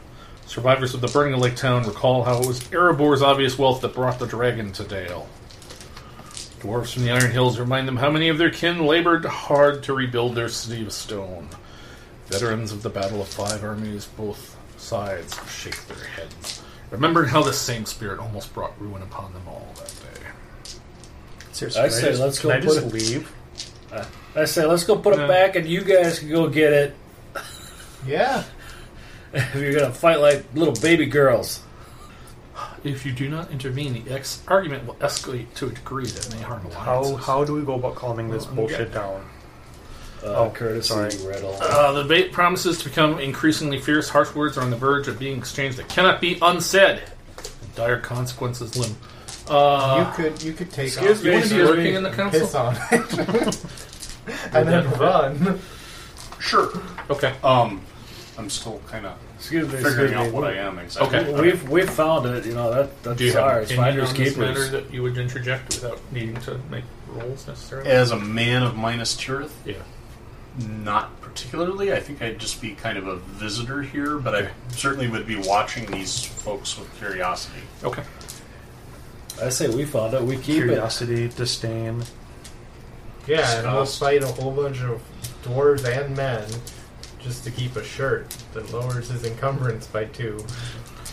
Survivors of the burning of Lake Town recall how it was Erebor's obvious wealth that brought the dragon to Dale. Dwarves from the Iron Hills remind them how many of their kin labored hard to rebuild their city of stone. Veterans of the Battle of Five Armies, both sides shake their heads, remembering how this same spirit almost brought ruin upon them all that day.
Seriously,
I say let's go
Can I
put
just
it.
leave?
I say let's go put it back, and you guys can go get it.
Yeah.
If you're gonna fight like little baby girls,
If you do not intervene, the ex- argument will escalate to a degree that may harm
How,
alliances.
how do we go about calming this bullshit down?
uh,
Oh,
courtesy
sorry.
riddle.
Uh, the debate promises to become increasingly fierce. Harsh words are on the verge of being exchanged that cannot be unsaid. Dire consequences loom. Uh,
you could you could take
excuse
off
me,
your
is he
shirt
working
and
in the
piss
council?
on it. and then run.
Sure.
Okay.
Um, I'm still kind of
Excuse me.
figuring
excuse
out
me.
what I am exactly.
Okay.
We've we've found it. You know that that's
Do you have
ours.
an opinion
Finders
on this matter
keepers.
that you would interject without needing to make rolls necessarily?
As a man of Minas Tirith,
Yeah.
not particularly. I think I'd just be kind of a visitor here, but I certainly would be watching these folks with curiosity.
Okay.
I say we found it. We keep it.
Curiosity, disdain.
Yeah, and we'll
Disgust.
fight a whole bunch of dwarves and men just to keep a shirt that lowers his encumbrance by two.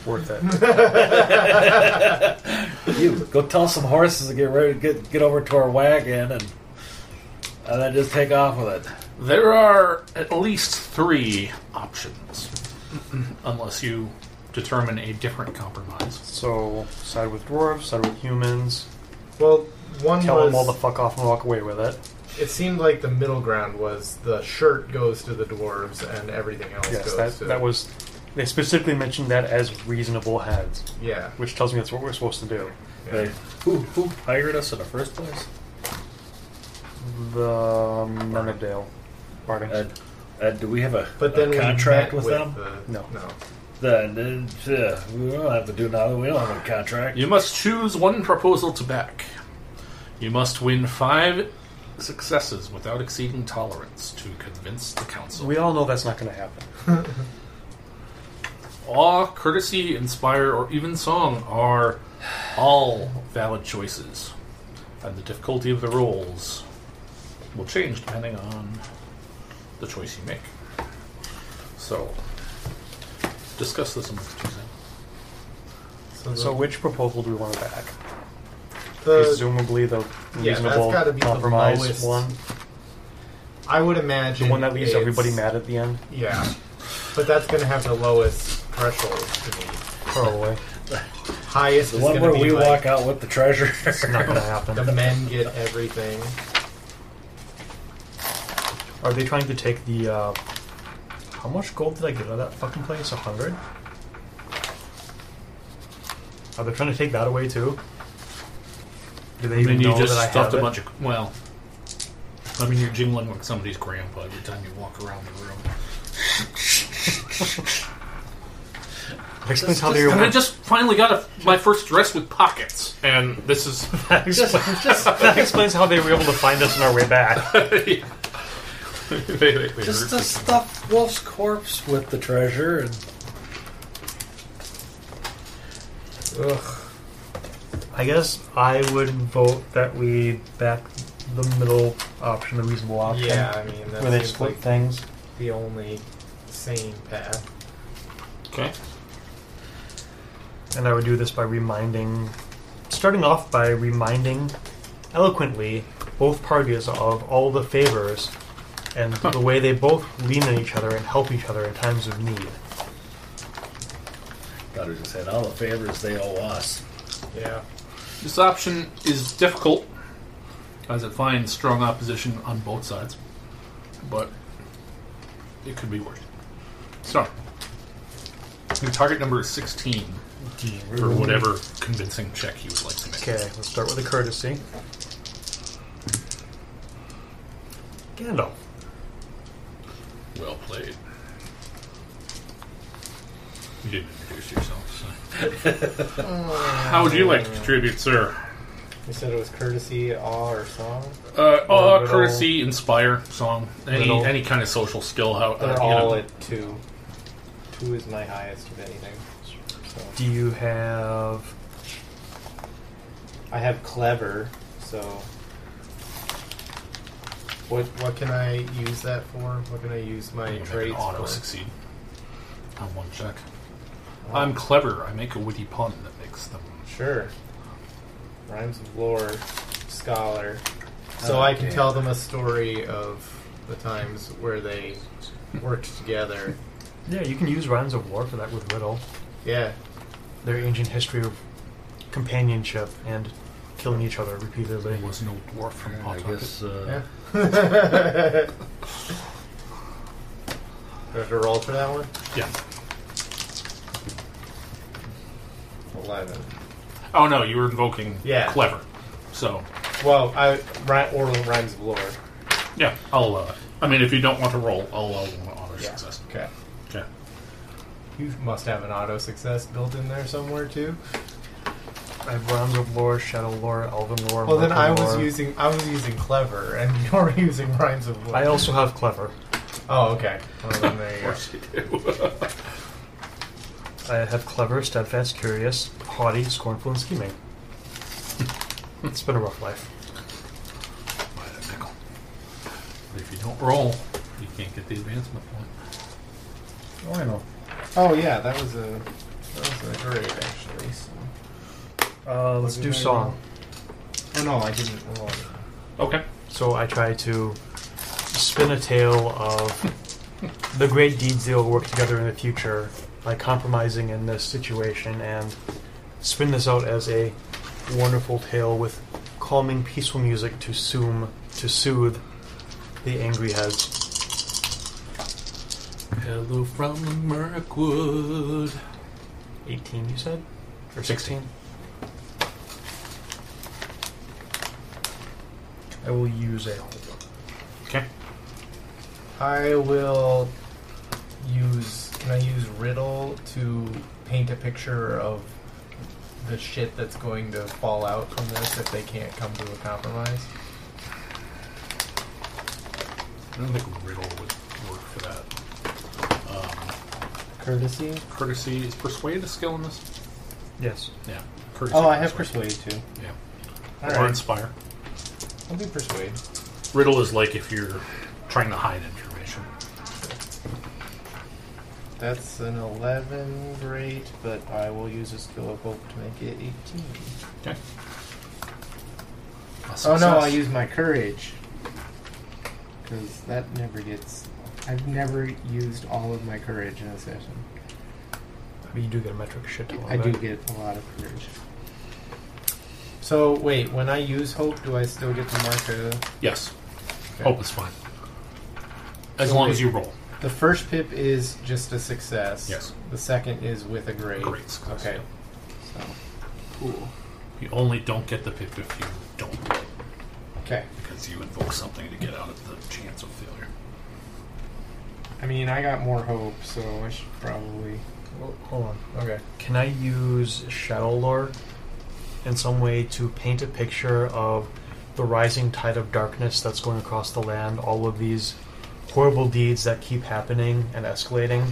Worth it.
You go tell some horses to get ready, get get over to our wagon, and and then just take off with it.
There are at least three options, unless you determine a different compromise.
So, side with dwarves, side with humans.
Well, one
Tell
was
them all the fuck off and walk away with it.
it seemed like the middle ground was the shirt goes to the dwarves and everything else
Yes,
goes
that,
to
that was. They specifically mentioned that as reasonable heads,
yeah.
which tells me that's what we're supposed to do.
Hey, who who hired us in the first place?
The men of Dale. Barney.
Ed, Ed, do we have a,
But
a
then we
contract
met
with, them?
the-
No.
no.
Then uh, we don't have to do now. We don't have a contract.
You must choose one proposal to back. You must win five successes without exceeding tolerance to convince the council.
We all know that's not going to happen.
Awe, courtesy, inspire, or even song are all valid choices. and the difficulty of the rolls will change depending on the choice you make. So, discuss this amongst yourselves.
So,
So, which proposal do we want to back?
the,
Presumably, the
yeah, that's
reasonable
gotta be the
compromise
lowest.
one,
I would imagine
the one that leaves
it's-
everybody mad at the end.
Yeah, but that's going to have the lowest threshold to me.
Probably
Highest
The
is
one
gonna
where
be
we
like,
walk out with the treasure.
not gonna happen.
The men get everything.
Are they trying to take the? Uh, how much gold did I get out of that fucking place? A hundred. Are they trying to take that away too? Do they
I
even
mean, you
know
just
that I
stuffed
have
a
it?
bunch of. Well, I mean, you're jingling like somebody's grandpa every time you walk around the room.
Explains how they
And I
were.
just finally got a, my first dress with pockets, and this is.
That explains how they were able to find us on our way back.
they, they, they
Just
hurt
to stuff Wolf's corpse with the treasure and
Ugh.
I guess I would vote that we back the middle option, the reasonable option,
Yeah, I mean that's
where they split things.
the only sane path.
me. Okay.
And I would do this by reminding, starting off by reminding eloquently both parties of all the favors and the way they both lean on each other and help each other in times of need.
thought he just said all the favors they owe us.
Yeah.
This option is difficult, as it finds strong opposition on both sides, but it could be worse. So, your target number is 16 for whatever convincing check you would like to make.
Okay, let's start with the courtesy. Gandalf.
Well played. You didn't introduce yourself. So. How would you like to contribute, sir?
You said it was courtesy, awe, or song.
Uh, uh
Little-
courtesy, inspire, song, any
Little-
any kind of social skill. How uh,
They're
you
all
know.
at two. Two is my highest of anything. So
Do you have.
I have clever. So what what can I use that for? What can I use my
You make an
traits
auto
for?
succeed on one check. I'm clever. I make a witty pun that makes them.
Sure. Rhymes of Lore, scholar. So I can tell them a story of the times where they worked together.
Yeah, you can use Rhymes of War for that with Riddle.
Yeah.
Their ancient history of companionship and killing each other repeatedly.
There was no dwarf from
I
Pawtucket.
guess uh,
Yeah. Do I have to roll for that one?
Yeah.
11.
Oh no, you were invoking
Yeah.
clever. So
Well, I ri- or Rhymes of Lore.
yeah, I'll allow it. I mean, if you don't want to roll, I'll allow one honor
Yeah.
success.
Okay.
Okay.
You must have an auto success built in there somewhere too.
I have Rhymes of Lore, Shadow Lore, Elven Lore.
Well, then
Mortal
I was
Lore.
using I was using clever, and you're using rhymes of lore.
I also have Clever.
oh, okay. Well, then there you go.
I have clever, steadfast, curious, haughty, scornful, and scheming. it's been a rough life.
Buy that pickle. But if you don't roll, you can't get the advancement point.
Oh, I know.
Oh yeah, that was a that was a great actually. So.
Uh, let's
did
do
I
song.
Oh no, I didn't roll.
Okay.
So I try to spin a tale of the great deeds they'll work together in the future by compromising in this situation and spin this out as a wonderful tale with calming, peaceful music to soothe, to soothe the angry heads.
Hello from the Mirkwood.
18, you said? Or 16? I will use a hold.
Okay.
I will use can I use riddle to paint a picture of the shit that's going to fall out from this if they can't come to a compromise.
I don't think riddle would work for that. Um,
Courtesy.
courtesy is persuade a skill in this.
Yes.
Yeah. Courtesy
Oh, I have
persuade.
persuade too.
Yeah.
All
or
right.
inspire.
I'll do persuade.
Riddle is like if you're trying to hide information.
That's an 11 rate, but I will use a skill of hope to make it 18.
Okay.
Oh no, I'll use my courage. Because that never gets. I've never used all of my courage in a session.
But you do get a metric shit
Oh,
ton. of
I do
it.
get a lot of courage. So, wait, when I use hope, do I still get to mark a.
Yes.
Okay.
Hope is fine. As
So
long
wait.
as you roll.
The first pip is just a success.
Yes.
The second is with a grade.
Great success,
Okay. So, cool.
You only don't get the pip if you don't roll,
Okay.
because you invoke something to get out of the chance of failure.
I mean, I got more hope, so I should probably.
Well, Hold on.
Okay.
Can I use shadow lore in some way to paint a picture of the rising tide of darkness that's going across the land? All of these horrible deeds that keep happening and escalating,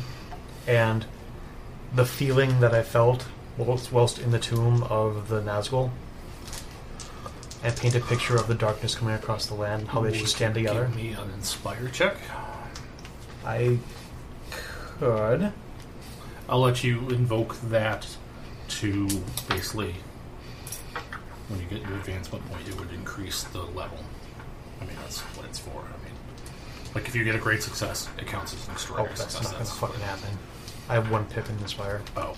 and the feeling that I felt whilst, whilst in the tomb of the Nazgul, and paint a picture of the darkness coming across the land, how they should stand together.
Give me an inspire check.
I could.
I'll let you invoke that to basically when you get your advancement point, it would increase the level. I mean, that's what it's for. I mean, like if you get a great success, it counts as an
Oh,
extraordinary
that's
success.
not gonna
That's
fucking happen. I have one pip in this fire.
Oh.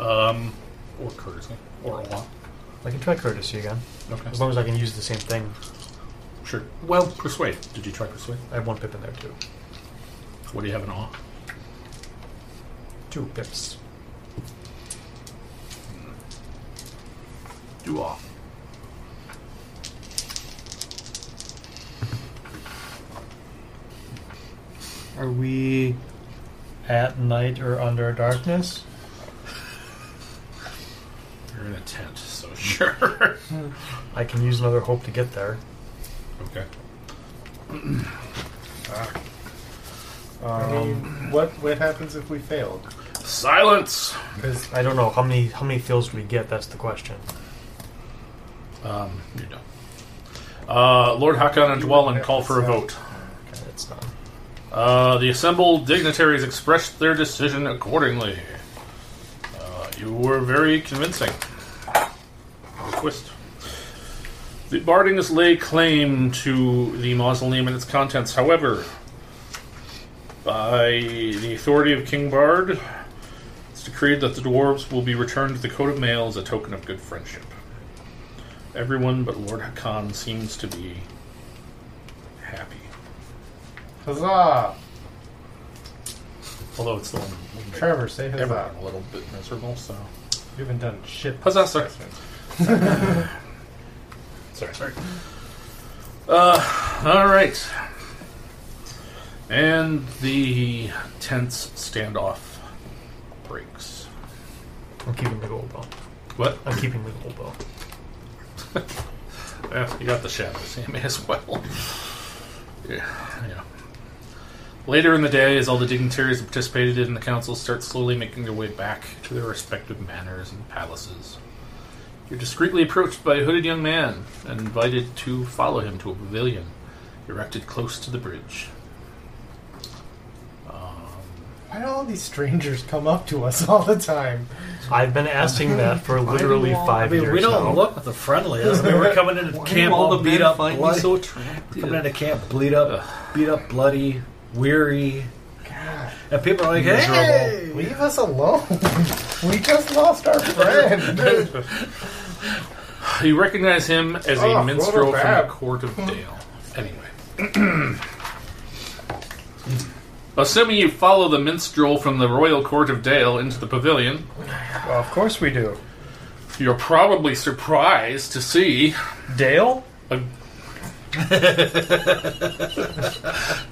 Um, or courtesy. Or a lot.
I can try courtesy again,
Okay.
as long as I can use the same thing.
Sure. Well, persuade. Did you try persuade?
I have one pip in there too.
What do you have in awe?
Two pips.
Do awe.
Are we at night or under darkness?
You're in a tent, so sure.
I can use another hope to get there.
okay.
um,
I mean, what what happens if we failed?
Silence!
Because
I don't know how many how many fills do we get. That's the question.
Um, you're done. Uh, Lord Hakon and Dwellin call for a vote.
It's not.
Uh, the assembled dignitaries expressed their decision accordingly. Uh, you were very convincing. Request. The Bardings lay claim to the mausoleum and its contents. However, by the authority of King Bard, it's decreed that the dwarves will be returned to the coat of mail as a token of good friendship. Everyone but Lord Hakan seems to be happy.
huzzah!
Although it's the one that made
Trevor, say huzzah.
everyone a little bit miserable, so.
You haven't done shit. this
Huzzah, sir.
session.
Sorry, sorry. Uh, alright. And the tense standoff breaks.
I'm keeping the gold bow.
What?
I'm keeping the gold bow.
Yeah, you got the shadows, you may as well. yeah, yeah. Later in the day, as all the dignitaries who participated in the council start slowly making their way back to their respective manors and palaces, you're discreetly approached by a hooded young man and invited to follow him to a pavilion erected close to the bridge.
Why do all these strangers come up to us all the time?
I've been asking that for literally
I
five
mean,
years.
we don't
now.
look the friendliest. I mean, we're coming into camp all beat up, bloody. coming into camp bleed up, beat up, bloody, weary,
God,
and people are like,
Miserable.
"Hey,
leave us alone. we just lost our friend.
You recognize him as a
Oh, what a
minstrel from the
bad.
court of Dale. Anyway. Assuming you follow the minstrel from the royal court of Dale into the pavilion,
Well, of course we do.
you're probably surprised to see
Dale.
a.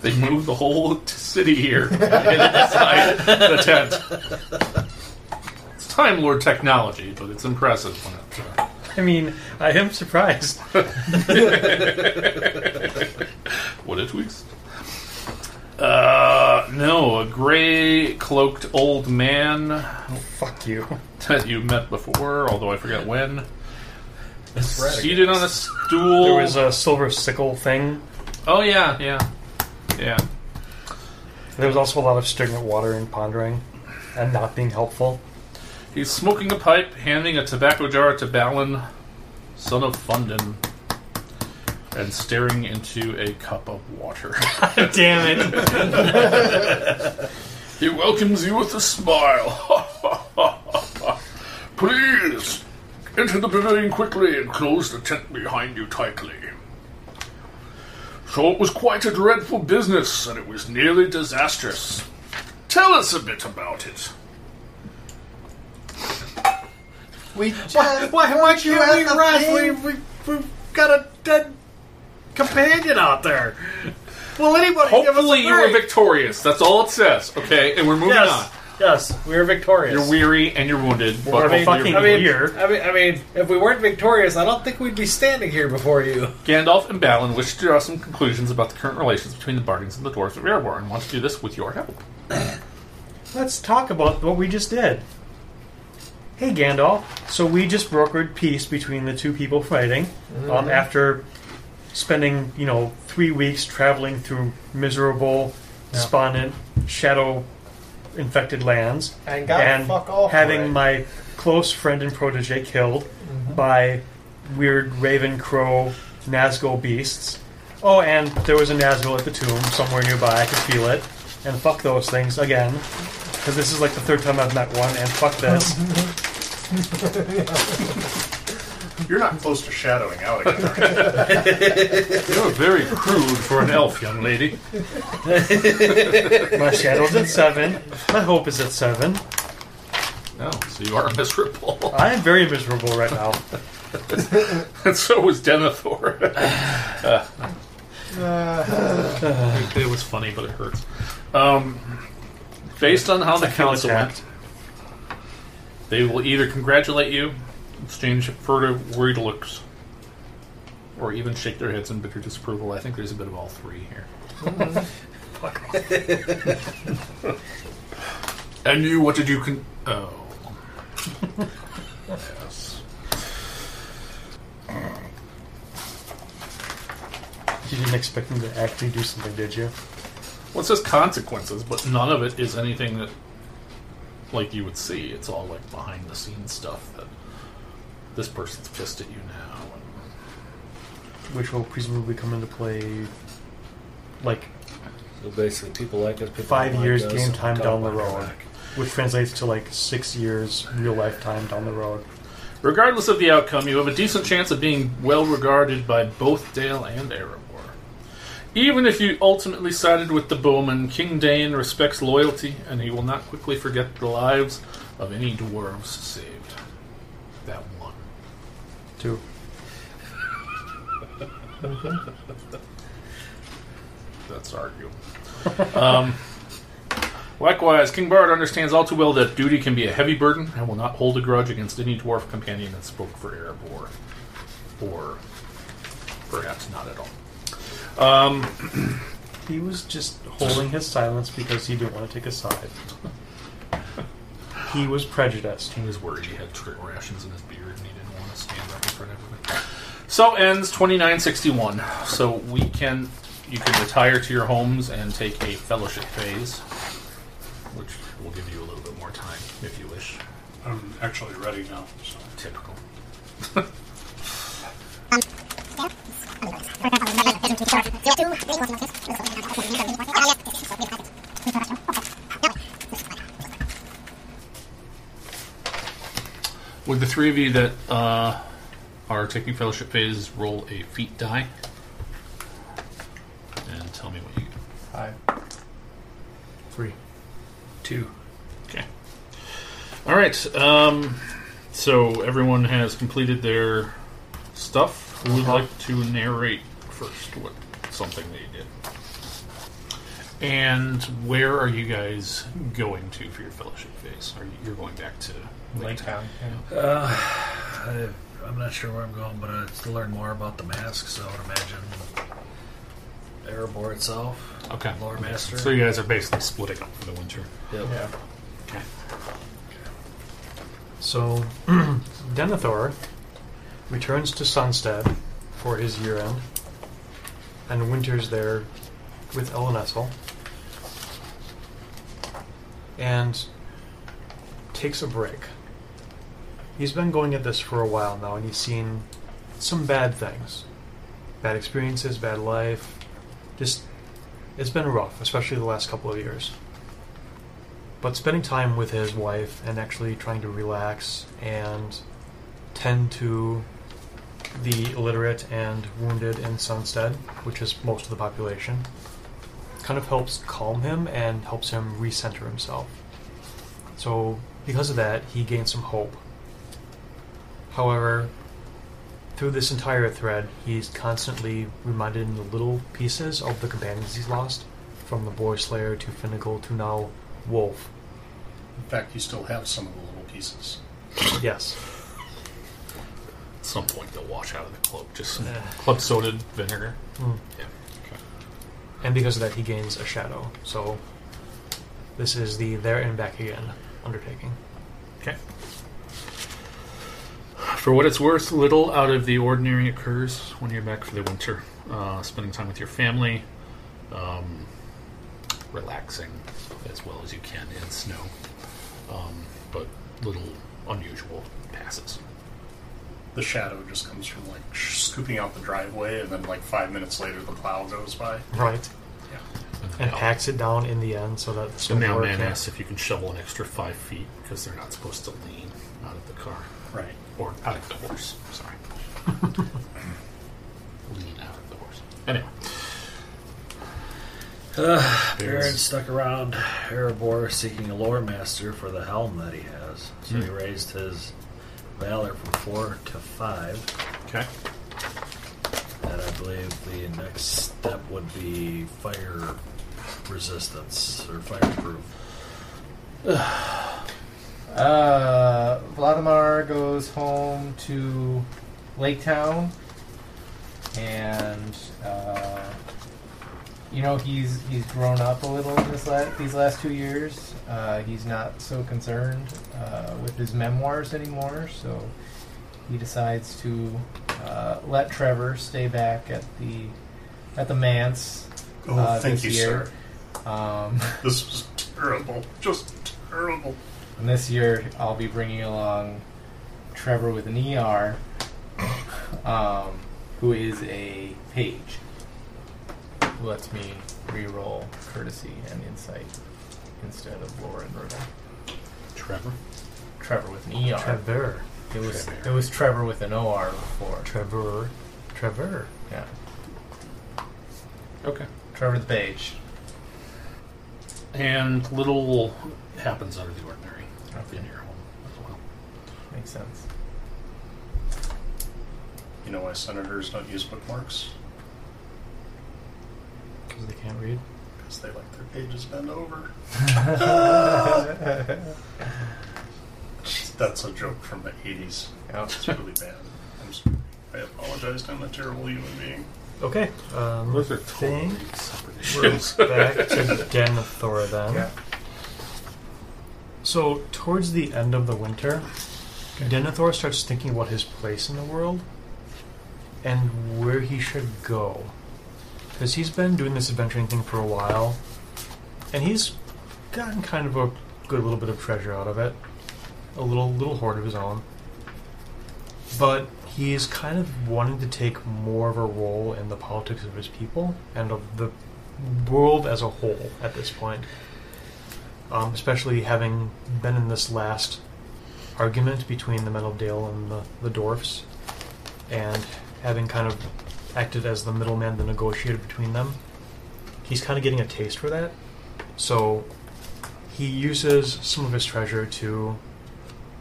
they moved the whole t- city here and inside the tent. It's Time Lord technology, but it's impressive when it. Uh,
I mean, I am surprised.
What a twist. Uh, no, a gray cloaked old man
Fuck you.
that you met before, although I forget when,
That's right.
Seated on a stool.
There was a silver sickle thing.
oh yeah, yeah, yeah.
There was also a lot of staring at water and pondering, and not being helpful.
He's smoking a pipe, handing a tobacco jar to Balin, son of Funden, and staring into a cup of water.
Damn it.
he welcomes you with a smile. Please, enter the pavilion quickly and close the tent behind you tightly. So it was quite a dreadful business, and it was nearly disastrous. Tell us a bit about it.
We just why, why, why you at the thing.
we, we've got a dead companion out there. Will anybody
Hopefully, you were victorious. That's all it says. Okay, and we're moving
Yes, yes, we were victorious.
on. You're weary and you're wounded, but
I mean,
hopefully
fucking
you're-
I mean,
Here.
I mean, I mean, if we weren't victorious, I don't think we'd be standing here before you.
Gandalf and Balin wish to draw some conclusions about the current relations between the Bardings and the Dwarves of Erebor, and want to do this with your help.
Let's talk about what we just did. Hey, Gandalf. So we just brokered peace between the two people fighting
Mm-hmm.
um, after spending, you know, three weeks traveling through miserable, despondent, shadow-infected lands,
And got
and
fuck all for
having
it.
my close friend and protege killed by weird raven crow Nazgul beasts. Oh, and there was a Nazgul at the tomb somewhere nearby. I could feel it. And fuck those things again, because this is like the third time I've met one. And fuck this.
You're not close to shadowing out again. are you?
You're very crude for an elf, young lady.
My shadow's at seven. My hope is at seven.
Oh, so you are miserable.
I am very miserable right now.
and so was Denethor.
Mm-hmm.
It- it was funny, but it hurts. Um, based on how the council went, they will either congratulate you, exchange furtive worried looks, or even shake their heads in bitter disapproval. I think there's a bit of all three here. Fuck off. and you, what did you con? Oh. yes.
You didn't expect him to actually do something, did you?
Well, it says consequences, but none of it is anything that, like, you would see. It's all, like, behind the scenes stuff that this person's pissed at you now.
Which will presumably come into play, like
So basically, people like us. People
Five
don't
years
like us,
game
and
time
don't
down the
want our
road,
back.
which translates to like six years real life time down the road.
Regardless of the outcome, you have a decent chance of being well regarded by both Dale and Erebor. Even if you ultimately sided with the bowman, King Dane respects loyalty, and he will not quickly forget the lives of any dwarves saved. That one.
Two.
That's arguable. um, likewise, King Bard understands all too well that duty can be a heavy burden and will not hold a grudge against any dwarf companion that spoke for Erebor. Or perhaps not at all. Um,
He was just holding his silence because he didn't want to take a side. He was prejudiced.
he was worried he had trick rations in his beard and he didn't want to stand up in front of everybody. So ends 2961. So we can, you can retire to your homes and take a fellowship phase, which will give you a little bit more time if you wish.
I'm actually ready now. So.
Typical. Would the three of you that uh, are taking fellowship phase roll a feat die? And tell me what you get.
Five.
Three.
Two. Okay. All right. Um, so everyone has completed their stuff. Who would like to narrate first what something they did? And where are you guys going to for your fellowship phase? Are you, you're going back to Lake
Town.
I, I'm not sure where I'm going, but uh, to learn more about the masks, I would imagine Erebor itself.
Okay.
Lore Master.
So you guys are basically splitting up for the winter.
Yep.
Yeah.
So, Denethor returns to Sunstead for his year end, and winters there with Elonessel, and takes a break. He's been going at this for a while now, and he's seen some bad things bad experiences, bad life. Just, it's been rough, especially the last couple of years. But spending time with his wife and actually trying to relax and tend to the illiterate and wounded in Sunstead, which is most of the population, kind of helps calm him and helps him recenter himself. So, because of that, he gains some hope. However, through this entire thread, he's constantly reminded in the little pieces of the companions he's lost, from the Boar Slayer to Finnegal to now Wolf.
In fact, you still have some of the little pieces.
Yes.
At some point, they'll wash out of the cloak. Just some club soda vinegar.
and because of that he gains a shadow. So this is the there and back again undertaking.
Okay. For what it's worth, little out of the ordinary occurs when you're back for the winter. Uh, spending time with your family, um, relaxing as well as you can in snow. Um, but little unusual passes.
The shadow just comes from like sh- scooping out the driveway, and then like five minutes later, the plow goes by.
Right. And
Yeah.
packs it down in the end so that
The
the snowblower
mailman
can't-
asks if you can shovel an extra five feet because they're not supposed to lean out of the car
Right.
or out of the horse. Sorry, lean out of the horse. Anyway,
Baron stuck around Erebor seeking a lore master for the helm that he has. So
Hmm.
he raised his valor from four to five.
okay.
And I believe the next step would be fire resistance or fireproof.
Uh, Vladimir goes home to Lake Town, and uh, you know he's he's grown up a little in this la- these last two years. Uh, he's not so concerned uh, with his memoirs anymore, so he decides to uh, let Trevor stay back at the at the manse.
Oh,
uh,
thank
this
you,
year.
sir.
Um,
This was terrible. Just terrible.
And this year, I'll be bringing along Trevor with an ER, um, who is a page, who lets me reroll courtesy and insight instead of lore and riddle.
Trevor.
Trevor with an ER.
Trevor.
it was it was Trevor with an OR before.
Trevor. Trevor.
yeah,
Okay.
Trevor the page.
And little happens out of the ordinary in your home as well.
Makes sense.
You know why senators don't use bookmarks?
Because they can't read.
Because they like their pages bent over. That's a joke from the 80s.
Yeah.
It's really bad. I'm sorry. I apologize. I'm a terrible human being.
Okay. Um,
Those are
totally
totally separate
we're
issues.
back to Denethor then.
Yeah.
So, towards the end of the winter, Denethor starts thinking about his place in the world and where he should go. Because he's been doing this adventuring thing for a while, and he's gotten kind of a good little bit of treasure out of it, a little little hoard of his own. But he's kind of wanting to take more of a role in the politics of his people and of the world as a whole at this point. Um, especially having been in this last argument between the Men of Dale and the, the dwarfs, and having kind of acted as the middleman, the negotiator between them, he's kind of getting a taste for that. So he uses some of his treasure to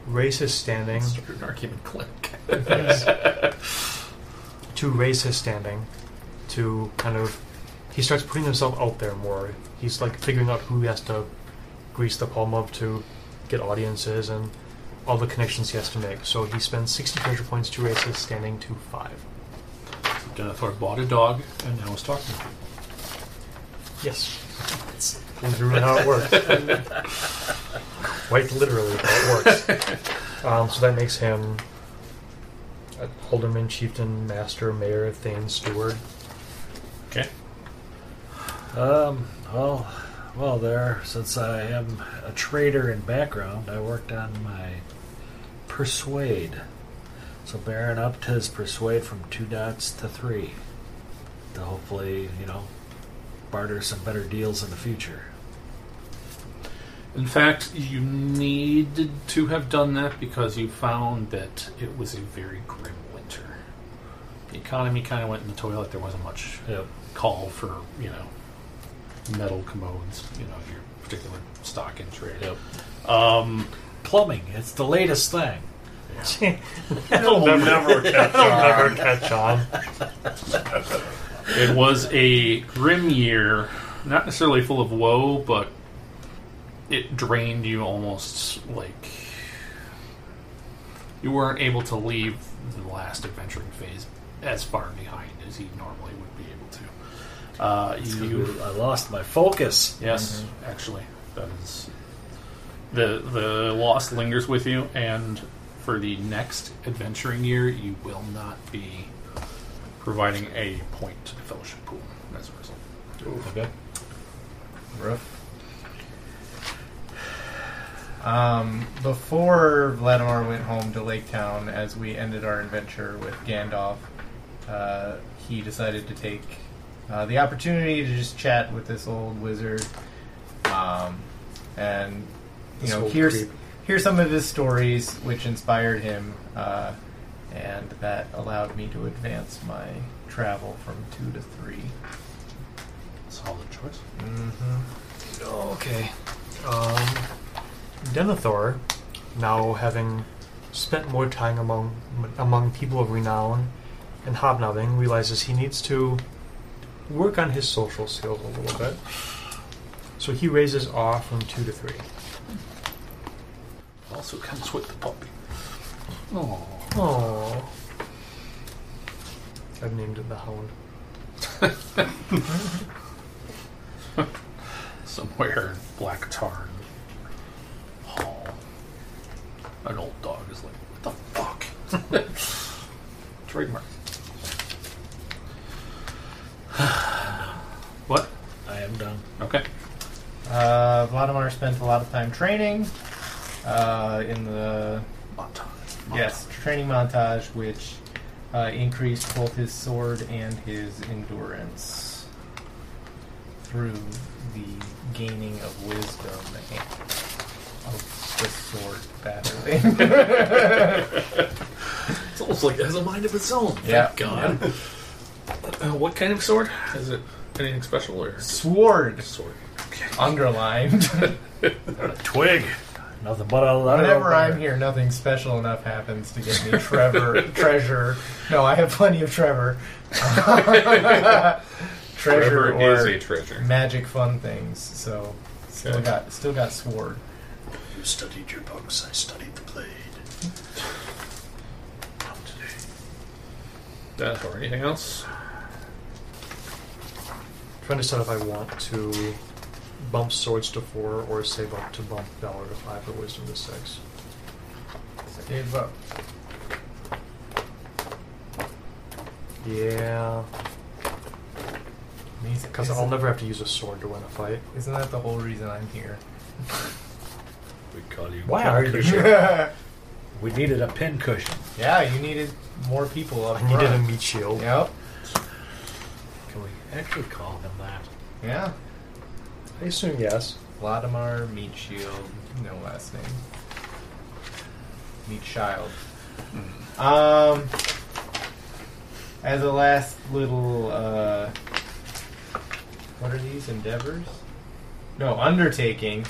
raise his standing
Start an argument click.
to raise his standing, to kind of he starts putting himself out there more. He's like figuring out who he has to grease the palm of to get audiences and all the connections he has to make. So he spends 60 treasure points to raise his standing to five.
Denethor bought a dog and now is talking to you.
Yes, that's really how it works. Quite literally how it works. Um, so that makes him
alderman, chieftain, master, mayor, thane, steward.
Okay.
Um, well, well, there, since I am a trader in background, I worked on my persuade. So Baron upped his persuade from two dots to three to hopefully, you know, barter some better deals in the future.
In fact, you needed to have done that because you found that it was a very grim winter. The economy kind of went in the toilet. There wasn't much
Yep.
call for, you know, metal commodes, you know, your particular stock in trade.
Yep.
Um,
Plumbing, it's the latest thing.
That'll never, catch on. never catch on.
It was a grim year, not necessarily full of woe, but it drained you almost like you weren't able to leave the last adventuring phase as far behind as you normally would be able to. Uh, you,
I lost my focus.
yes, actually, that is the the loss lingers with you, and for the next adventuring year, you will not be providing a point to the fellowship pool as a result.
Okay.
Um, before Vladimir went home to Lake Town, as we ended our adventure with Gandalf, uh, he decided to take uh, the opportunity to just chat with this old wizard, um, and you
This
know,
old
hear
creep.
hear some of his stories, which inspired him, uh, and that allowed me to advance my travel from two to three. Mm-hmm.
Solid choice.
Oh, Okay. Um, Denethor, now having spent more time among among people of renown and hobnobbing, realizes he needs to work on his social skills a little bit. So he raises awe from two to three.
Also comes with the puppy. Oh,
Oh. I've named it the Hound.
somewhere in Black Tarn Hall. An old dog is like, what the fuck? Trademark. what?
I am done.
Okay.
Uh, Vladimir spent a lot of time training uh, in the
Montage.
Yes, training montage, which uh, increased both his sword and his endurance through the gaining of wisdom and of the sword battling.
It's almost like it has a mind of its own.
Yeah.
Thank God. Uh, what kind of sword? Is it anything special or
sword
sword?
underlined.
Twig. Nothing but a
Oh,
letter.
Whenever
opener.
I'm here, nothing special enough happens to get me Trevor treasure. No, I have plenty of Trevor. treasure
Whatever
or
is a treasure.
magic fun things. So still
Okay.
got still got sword.
You studied your books, I studied the blade. Not today.
That or anything else?
Trying to decide if I want to bump swords to four or save up to bump valor to five or wisdom to six.
Save up.
Yeah.
Amazing.
Because I'll
isn't,
never have to use a sword to win a fight.
isn't that the whole reason I'm here?
We call you.
Why are you-
pincushion.
yeah,
We needed a pincushion.
you needed more people up
I needed a
front.
meat shield.
Yep.
Can we actually call him that?
Yeah.
I assume yes.
Vladimir Meat Shield, no last name. Meat Shield. Um, as a last little, uh, what are these endeavors? No, undertaking.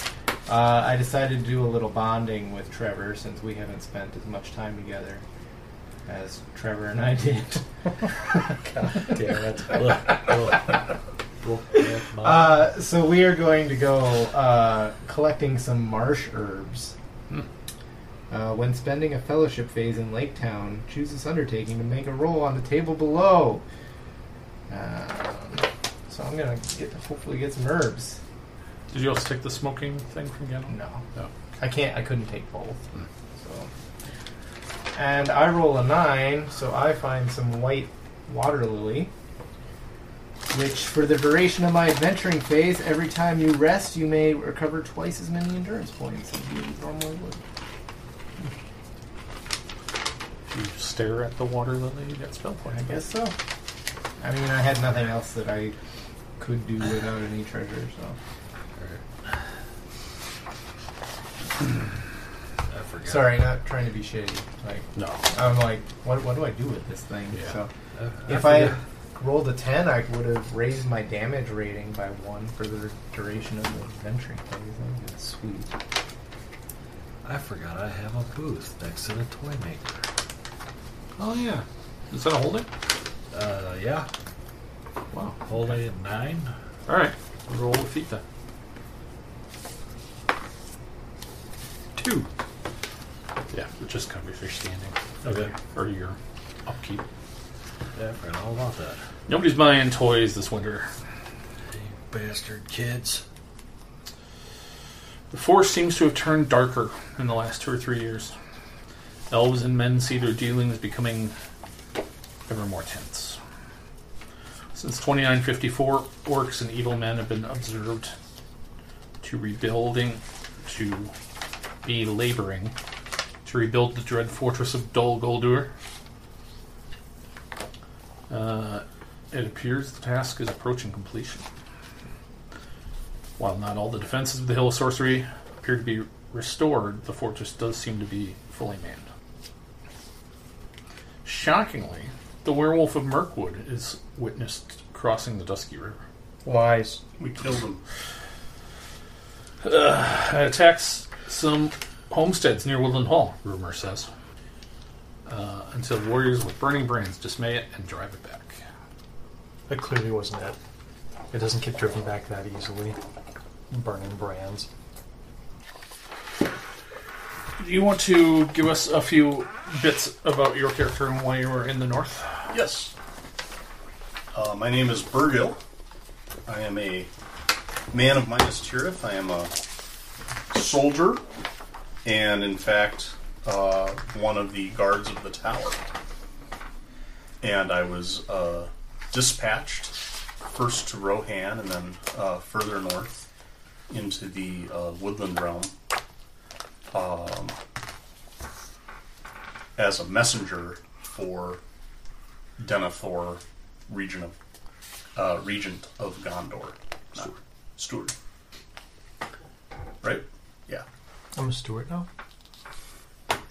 Uh, I decided to do a little bonding with Trevor since we haven't spent as much time together as Trevor and I did.
Damn it. Look, look. Look, my-
Uh, so we are going to go uh, collecting some marsh herbs. Uh, when spending a fellowship phase in Lake Town, choose this undertaking to make a roll on the table below. Um, so I'm gonna get hopefully get some herbs.
Did you also take the smoking thing from Ganon?
No,
No.
I can't. I couldn't take both. So And I roll a nine, so I find some white water lily. Which, for the duration of my adventuring phase, every time you rest, you may recover twice as many endurance points as you normally would.
You stare at the water lily, you get spell point.
I guess so. I mean, I had nothing else that I could do without any treasure, so.
I forgot.
Sorry, not trying to be shitty. Like,
No.
I'm like, what, what do I do with this thing?
Yeah.
So,
I-
if I had rolled a 10, I would have raised my damage rating by 1 for the duration of the adventuring phase. That would've been sweet.
I forgot I have a booth next to the toy maker.
Oh yeah. Is that a holding?
Uh, yeah.
Wow.
Holding at nine.
Alright. Roll with feet then. Two. Yeah, it just covers your standing.
Okay.
Or your upkeep.
Yeah, I forgot all about that.
Nobody's buying toys this winter.
You bastard kids.
The forest seems to have turned darker in the last two or three years. Elves and men see their dealings becoming ever more tense. Since 2954, orcs and evil men have been observed to rebuilding, to be laboring, to rebuild the dread fortress of Dol Guldur. Uh, it appears the task is approaching completion. While not all the defenses of the Hill of Sorcery appear to be restored, the fortress does seem to be fully manned. Shockingly, the werewolf of Mirkwood is witnessed crossing the Dusky River.
Lies.
We killed him.
It attacks some homesteads near Woodland Hall, rumor says, uh, until warriors with burning brands dismay it and drive it back.
That clearly wasn't it. It doesn't get driven back that easily. Burning brands.
Do you want to give us a few bits about your character and why you were in the north?
Yes. Uh, my name is Burgil. I am a man of Minas Tirith. I am a soldier, and in fact, uh, one of the guards of the tower. And I was uh, dispatched first to Rohan, and then uh, further north into the uh, woodland realm um, as a messenger for Denethor, region of uh, regent of Gondor, not steward. Right? Yeah.
I'm a steward now.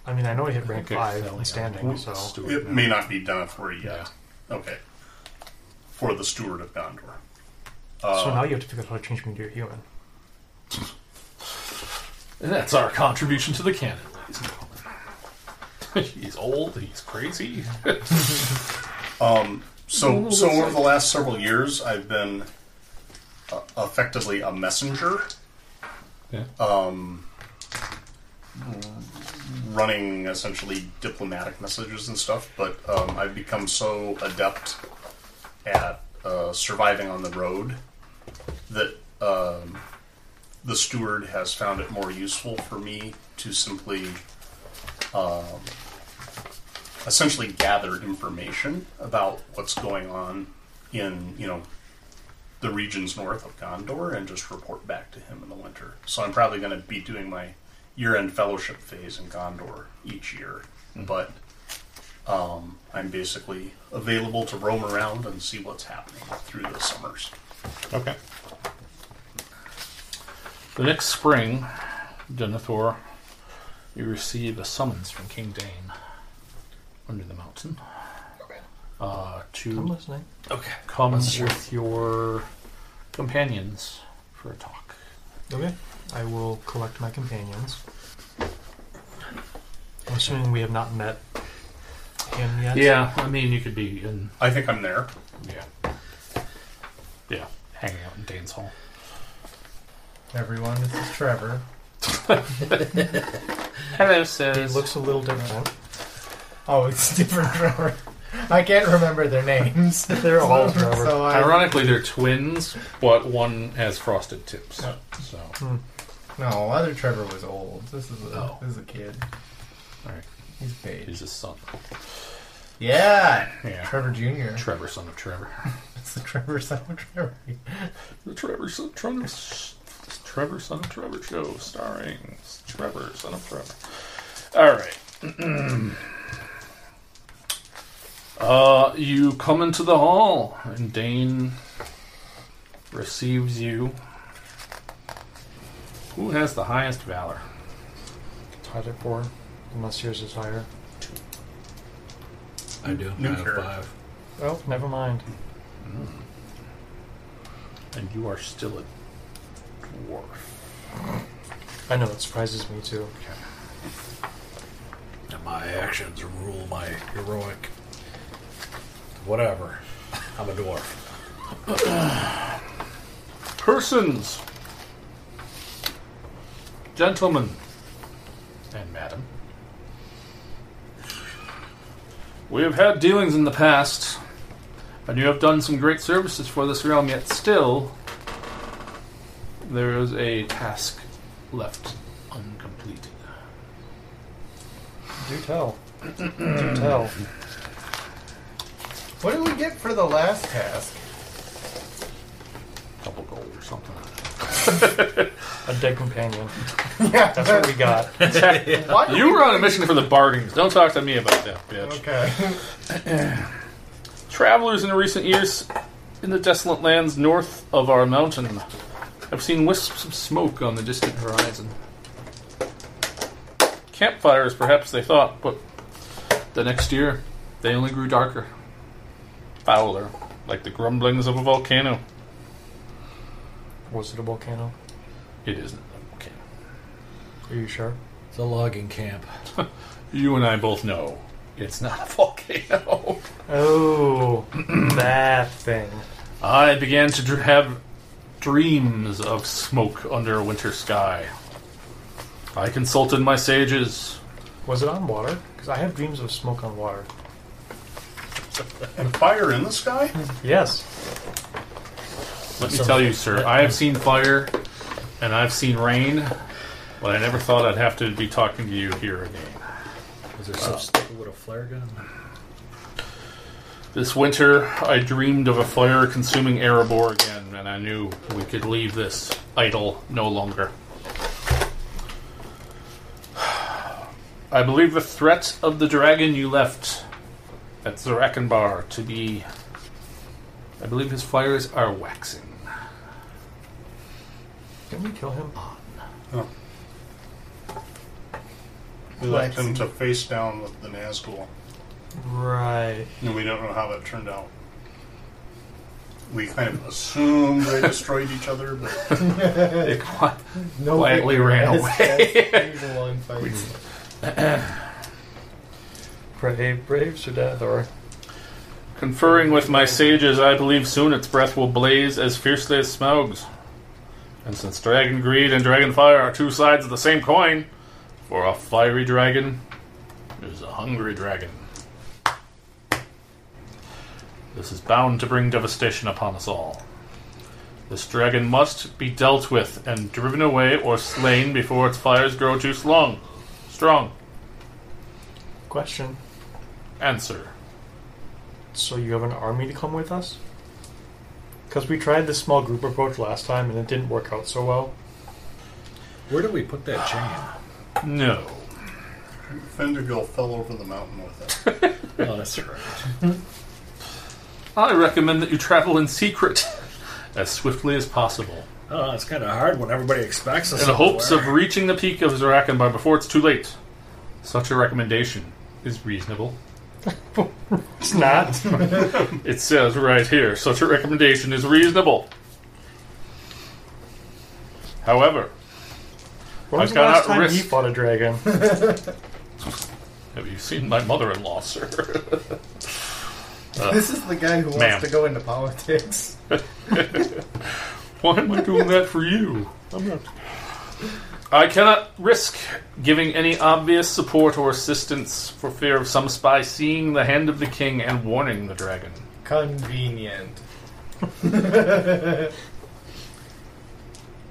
I mean, I know I hit rank
Okay,
five
so, yeah.
in standing, so
It may not be Denethor yet. Okay. For the steward of Gondor.
Uh,
so now you have to figure out how to change me to a human.
And that's our contribution to the canon, ladies and gentlemen. he's old, he's crazy.
So, so over the last several years, I've been uh, effectively a messenger, Um,
Yeah.
running essentially diplomatic messages and stuff. But um, I've become so adept at uh, surviving on the road that um, the steward has found it more useful for me to simply um, essentially gather information about what's going on in you know the regions north of Gondor and just report back to him in the winter. So I'm probably going to be doing my year-end fellowship phase in Gondor each year, but um, I'm basically available to roam around and see what's happening through the summers.
Okay. The next spring, Denethor, you receive a summons from King Dane under the mountain. Uh, to
I'm listening.
okay. come with your companions for a talk.
Okay. I will collect my companions. I'm assuming we have not met him yet.
Yeah, I mean, you could be in
I think I'm there.
Yeah. Yeah. Hanging out in Dane's Hall.
Everyone, this is Trevor.
Hello,
He
sirs.
looks a little different.
Oh, it's different Trevor. I can't remember their names.
They're all Trevor.
so I,
Ironically, they're twins, but one has frosted tips.
Oh.
So,
No, other Trevor was old. This is a,
Oh.
this is a kid.
all right.
He's paid.
He's his son,
Yeah.
Yeah.
Trevor Jr.
Trevor, son of Trevor.
It's the Trevor son of Trevor.
The Trevor Son Trevor, Trevor Son of Trevor show starring Trevor Son of Trevor. All right. uh, you come into the hall, and Dane receives you. Who has the highest valor?
Tied at four, unless yours is higher.
I do.
New
I
oh
have
character.
five.
Well, never mind.
And you are still a dwarf.
I know it surprises me too.
And my actions rule my heroic. Whatever. I'm a dwarf.
Persons, gentlemen, and madam, we have had dealings in the past, and you have done some great services for this realm, yet still, there is a task left uncompleted.
Do tell. Do tell.
What did we get for the last task?
Double gold or something.
A dead companion.
Yeah,
That's what we got.
Why
You were on a mission for the bargains. Don't talk to me about that, bitch.
Okay.
Travelers in recent years in the desolate lands north of our mountain have seen wisps of smoke on the distant horizon. Campfires, perhaps they thought, but the next year they only grew darker, fouler, like the grumblings of a volcano.
Was it a volcano?
It isn't a volcano.
Are you sure?
It's a logging camp.
You and I both know it's not a volcano.
Oh, that thing.
I began to dr- have dreams of smoke under a winter sky. I consulted my sages.
Was it on water? Because I have dreams of smoke on water.
And fire in the sky?
Yes.
Let me tell you, sir, I have seen fire and I've seen rain, but I never thought I'd have to be talking to you here again.
Is there some stick with a flare gun?
This winter, I dreamed of a fire consuming Erebor again, and I knew we could leave this idle no longer. I believe the threat of the dragon you left at Zarakanbar to be. I believe his fires are waxing.
Didn't we kill him?
We left him to face down with the Nazgul,
Right.
and we don't know how that turned out. We kind of assumed they destroyed each other, but
They qui-
No
Quietly ran
away. That's the one fight.
eh, Brave, braves or death or
Conferring with my sages, I believe soon its breath will blaze as fiercely as Smaug's. And since dragon greed and dragon fire are two sides of the same coin, for a fiery dragon is a hungry dragon. This is bound to bring devastation upon us all. This dragon must be dealt with and driven away or slain before its fires grow too strong. Strong.
question.
Answer.
So you have an army to come with us? Because we tried the small group approach last time and it didn't work out so well.
Where do we put that chain?
No.
Fendergill fell over the mountain with it.
Oh, that's right.
I recommend that you travel in secret as swiftly as possible
Oh, it's kind of hard when everybody expects us.
in the hopes of
somewhere.
reaching the peak of Zarakanbar before it's too late. Such a recommendation is reasonable.
It's not.
It says right here such a recommendation is reasonable. However,
When was
I've
the
got
last time
risk-
you fought a dragon?
have you seen my mother in law, sir?
This is the guy who wants
Ma'am.
to go into politics.
Why am I doing that for you? I cannot risk giving any obvious support or assistance for fear of some spy seeing the hand of the king and warning the dragon.
Convenient.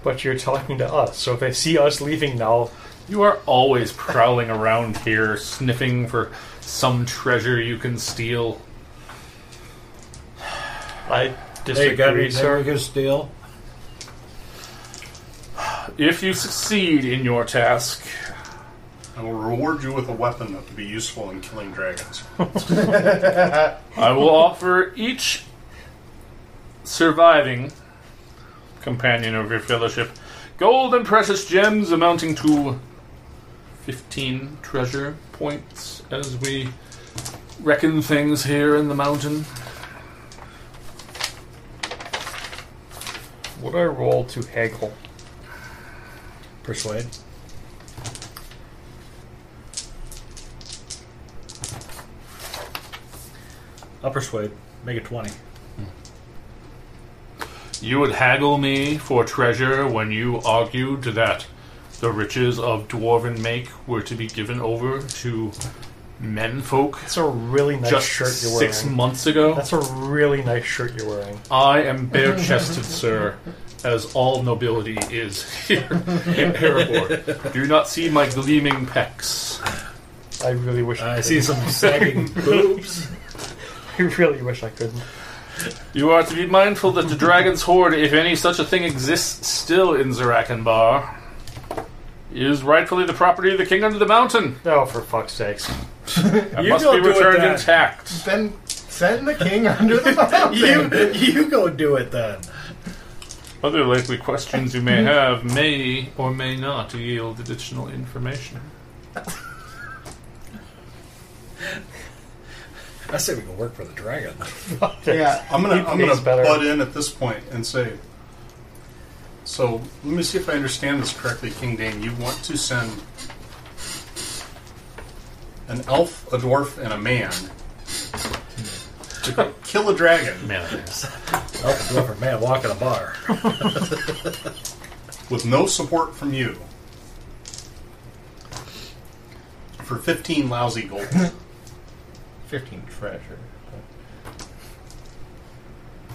But you're talking to us, so if they see us leaving now,
You are always prowling around here, sniffing for some treasure you can steal.
I
Hey, got
disagree,
any
sir.
good steel?
If you succeed in your task,
I will reward you with a weapon that could be useful in killing dragons.
I will offer each surviving companion of your fellowship gold and precious gems amounting to 15 treasure points as we reckon things here in the mountain.
Would I roll to haggle?
Persuade. I'll persuade. Make it 20.
You would haggle me for treasure when you argued that the riches of dwarven make were to be given over to menfolk
That's a really nice
just
shirt you're
six
wearing.
months ago.
That's a really nice shirt you're wearing.
I am bare chested, sir, as all nobility is here in Erebor. Do not see my gleaming pecs.
I really wish I,
I
could.
see some sagging boobs.
I really wish I couldn't.
You are to be mindful that the dragon's hoard, if any such a thing exists still in Zarakanbar, is rightfully the property of the king under the mountain.
Oh, for fuck's sakes.
It
You
must
don't
be
do it
returned
then.
intact.
Then send the king under the mountain.
you, you go do it then.
Other likely questions you may have may or may not yield additional information.
I say we go work for the dragon.
yeah.
I'm gonna I'm gonna
pays better.
butt in at this point and say. So let me see if I understand this correctly, King Dane. You want to send an elf, a dwarf, and a man to go kill a dragon
Man,
Help a different man walk in a bar.
with no support from you for 15 lousy gold.
15 treasure.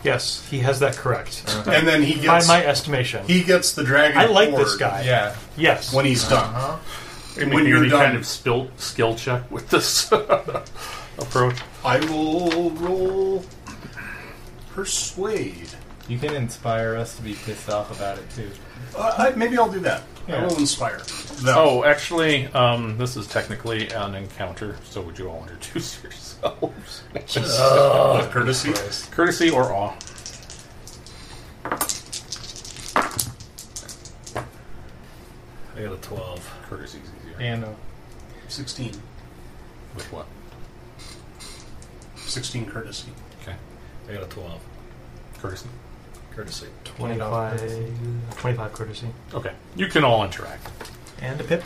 Yes, he has that correct.
and then he
By
gets
my estimation.
Uh, he gets the dragon.
I like this
horde
guy.
Yeah.
Yes.
when he's done.
Uh-huh.
it
When
may be
you're
any
done-
kind of spill, skill check with this uh, approach.
I will roll persuade.
You can inspire us to be pissed off about it too.
Uh, I, maybe I'll do that. I
Yeah.
will inspire. them.
Oh, actually, um, this is technically an encounter, so would you all introduce yourselves?
With courtesy.
Courtesy or awe?
I got a 12.
Courtesy's easier.
And uh,
16.
With what?
16 courtesy.
Okay.
I got a 12.
Courtesy.
Courtesy.
25, 25 courtesy.
Okay. You can all interact.
And a pip.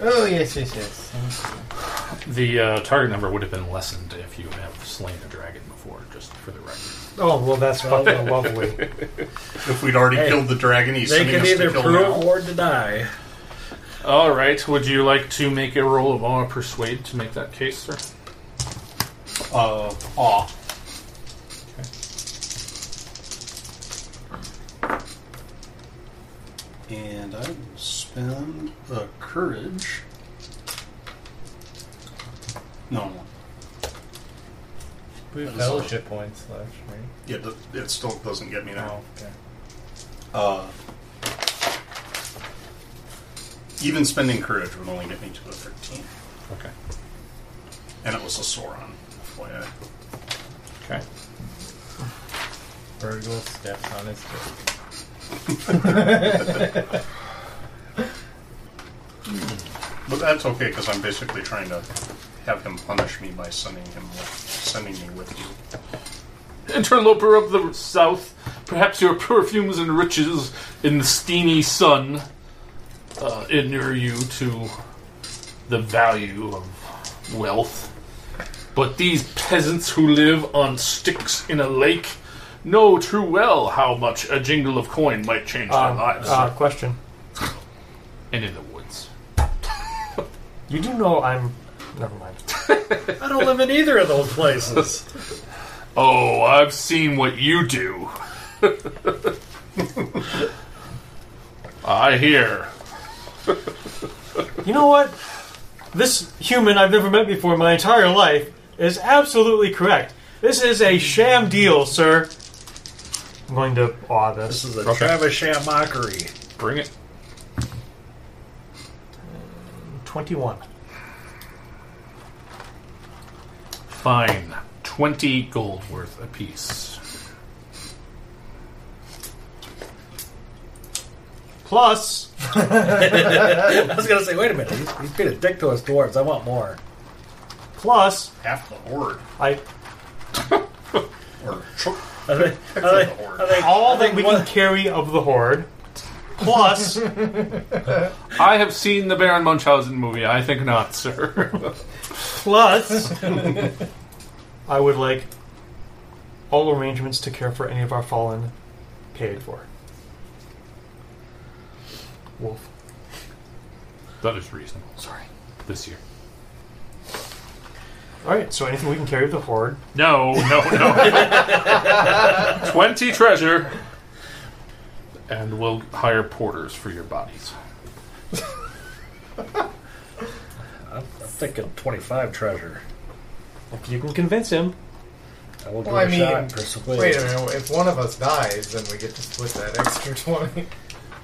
oh yes, yes, yes.
The uh, target number would have been lessened if you have slain a dragon before, just for the record.
Oh, well, that's fucking lovely.
If we'd already
Hey,
killed the dragon, he's
They
sending
can
us
either
to kill now.
prove or deny.
All right. Would you like to make a roll of awe or persuade to make that case, sir?
Uh, aw. And I will spend a courage. No, no.
We have
That is all.
fellowship points left, right?
Yeah, th- it still doesn't get me now.
Oh, okay.
Uh, even spending courage would only get me to a 13.
Okay.
And it was a Sauron. FYI.
Okay.
Virgil steps on his toes.
But that's okay, because I'm basically trying to have him punish me by sending him with, sending me with you.
Interloper of the south, perhaps your perfumes and riches in the steamy sun uh, inure you to the value of wealth. But these peasants who live on sticks in a lake know too well how much a jingle of coin might change their
Um,
lives.
uh, question.
and in the woods.
You do know I'm. Never mind.
I don't live in either of those places.
Oh, I've seen what you do. I hear.
you know what? This human I've never met before in my entire life is absolutely correct. This is a sham deal, sir. I'm going to awe this.
This is a
Okay.
Travis mockery.
Bring it.
21.
Fine. 20 gold worth apiece.
Plus,
I was gonna say, wait a minute, he's, he's being a dick to us dwarves. I want more.
plus,
Half the horde.
I
Or tro-
I think, I
the
think,
horde.
I think
all
I
that
think
we
one-
can carry of the horde. Plus,
I have seen the Baron Munchausen movie. I think not, sir.
plus, I would like all arrangements to care for any of our fallen paid for. Wolf.
that is reasonable. Sorry. This year.
All right, so anything we can carry of the horde.
No, no, no. 20 treasure. And we'll hire porters for your bodies.
I'm thinking 25 treasure.
If you can convince him,
I will give
Well, I
it a
mean,
shot. and Persuade.
Wait a minute. If one of us dies, then we get to split that extra twenty.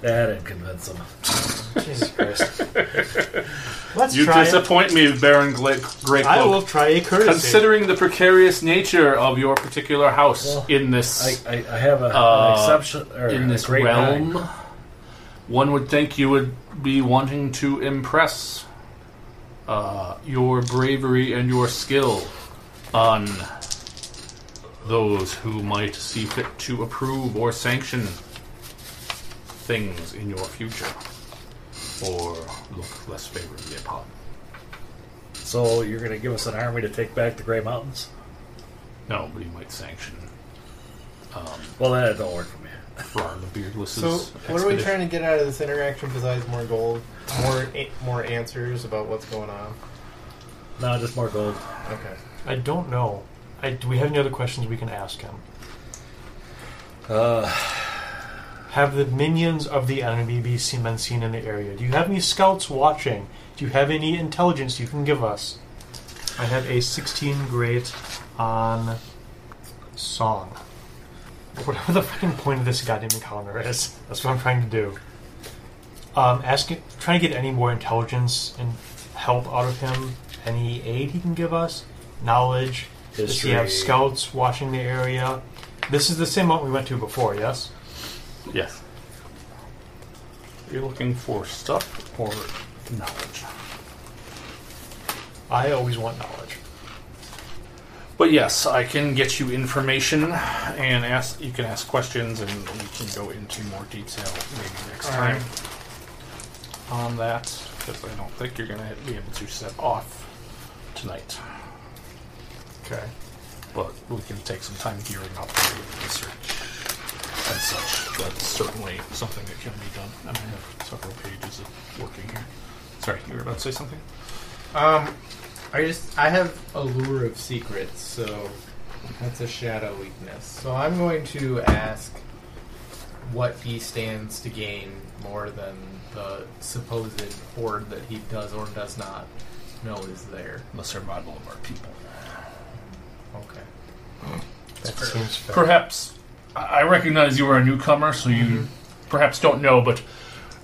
That didn't convince him.
Jesus Christ. Let's
You
try. it.
disappoint me, Baron Gla- Greycloak.
I will try a courtesy.
Considering the precarious nature of your particular house
Well,
in this
I, I, I have a,
Uh,
an exception or
in
a
this
great
realm,
nine.
one would think you would be wanting to impress uh, your bravery and your skill on those who might see fit to approve or sanction things in your future or look less favorably upon.
So you're going to give us an army to take back the Gray Mountains?
No, but he might sanction
Well, that don't work for me.
Ron the Beardless's
So, what are we
expedition.
trying to get out of this interaction besides more gold, more a- more answers about what's going on?
No, just more gold.
Okay.
I don't know. I, do we have any other questions we can ask him?
Uh,
Have the minions of the enemy be seen, been seen in the area? Do you have any scouts watching? Do you have any intelligence you can give us? I have a 16 great on song. Whatever the fucking point of this goddamn encounter is, that's what I'm trying to do. Um, asking, trying to get any more intelligence and help out of him. Any aid he can give us, knowledge. Does he have
History.
scouts watching the area? This is the same one we went to before, yes.
Yes. Are you looking for stuff or knowledge?
I always want knowledge.
But yes, I can get you information and ask. You can ask questions, and we can go into more detail maybe next time on that. Because I don't think you're going to be able to set off tonight.
Okay.
But we can take some time gearing up for the research and such. That's certainly something that can be done. And I have several pages of working here. Sorry, you were about to say something.
Um, I just I have a lure of secrets, so that's a shadow weakness. So I'm going to ask what he stands to gain more than the supposed horde that he does or does not know is there.
The survival of our people.
Okay.
That seems fair.
perhaps I I recognize you are a newcomer, so you perhaps don't know, but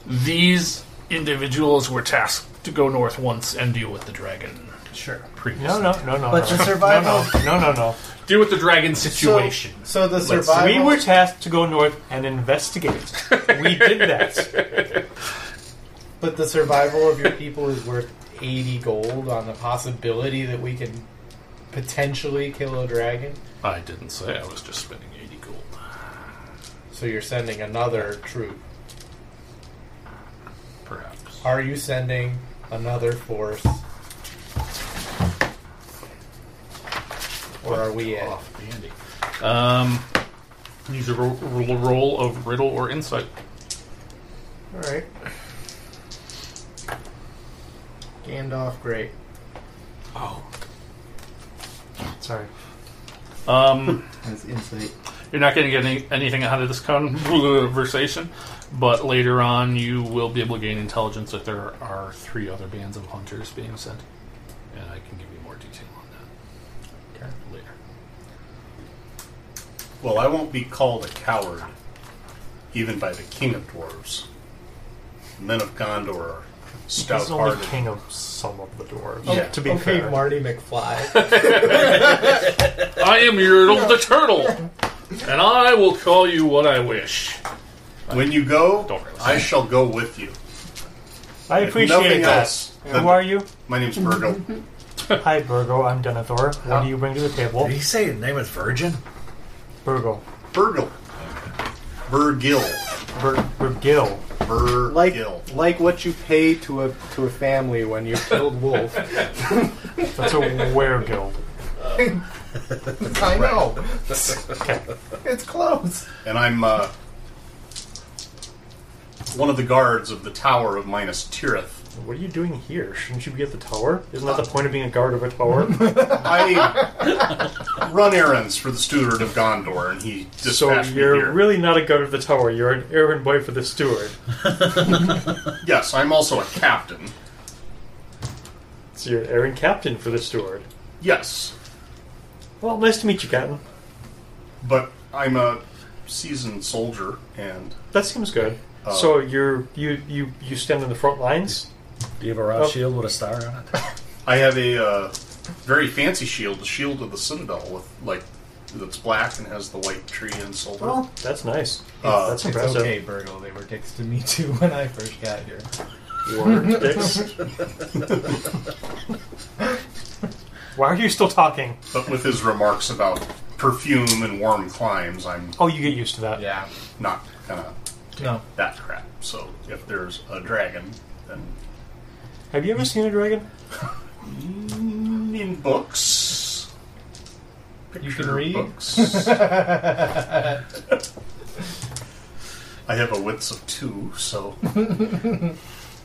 these individuals were tasked to go north once and deal with the dragon. Sure. Previously.
No, no, no, no.
But
no.
the survival-
No, no, no. no,
Deal with the dragon situation.
So, the
Let's-
no.
survival.
We were tasked to go north and investigate. we did that.
But the survival of your people is worth 80 gold on the possibility that we can potentially kill a dragon.
I didn't say I was just spending 80 gold.
So you're sending another troop.
Perhaps.
Are you sending another force? Or are we at?
Off, Andy. Um, use a ro- ro- roll of riddle or insight.
Alright. Gandalf, great.
Sorry.
Um,
That's insight.
You're not going to get any, anything out of this conversation, but later on you will be able to gain intelligence that there are three other bands of hunters being sent, and I can give you more detail on that later.
Well, I won't be called a coward, even by the king of dwarves. Men of Gondor are
He's only
stout-hearted.
king of some of the dwarves.
Yeah.
To be
okay,
fair,
Marty McFly.
I am Yertle the Turtle, and I will call you what I wish.
When you go,
Don't worry.
I shall go with you.
I
If
appreciate
nothing
that.
else, then-
Who are you?
My name's Virgil.
Hi, Virgo. I'm Denethor. What do you bring to the table?
Did he say his name is Virgin?
Virgo.
Virgil. Virgil.
Vir- Virgil.
Virgil.
like, like what you pay to a to a family when you killed Wolf.
That's a weregill.
I know.
Okay.
It's close.
and I'm uh, one of the guards of the Tower of Minas Tirith.
What are you doing here? Shouldn't you be at the tower? Isn't that the
Uh,
point of being a guard of a tower?
I run errands for the steward of Gondor, and he
So
dispatched
you're
me here.
really not a guard of the tower. You're an errand boy for the steward.
yes, I'm also a captain.
So you're an errand captain for the steward.
Yes,
Well, nice to meet you, Captain.
but I'm a seasoned soldier, and
That seems good.
Uh,
so you're you you you stand in the front lines.
Do you have a round shield with a star on it?
I have a uh, very fancy shield, the shield of the Citadel, with like that's black and has the white tree and silver.
Well,
That's nice.
Uh,
That's
it's
impressive.
okay, Burgle. They were dicks to me too when I first got here.
War dicks. Why are you still talking?
But with his remarks about perfume and warm climes, I'm
Oh, you get used to that.
Yeah.
not gonna
No.
that crap. So if there's a dragon, then
Have you ever seen a dragon?
in books,
You
picture
can read.
books. I have a width of two, so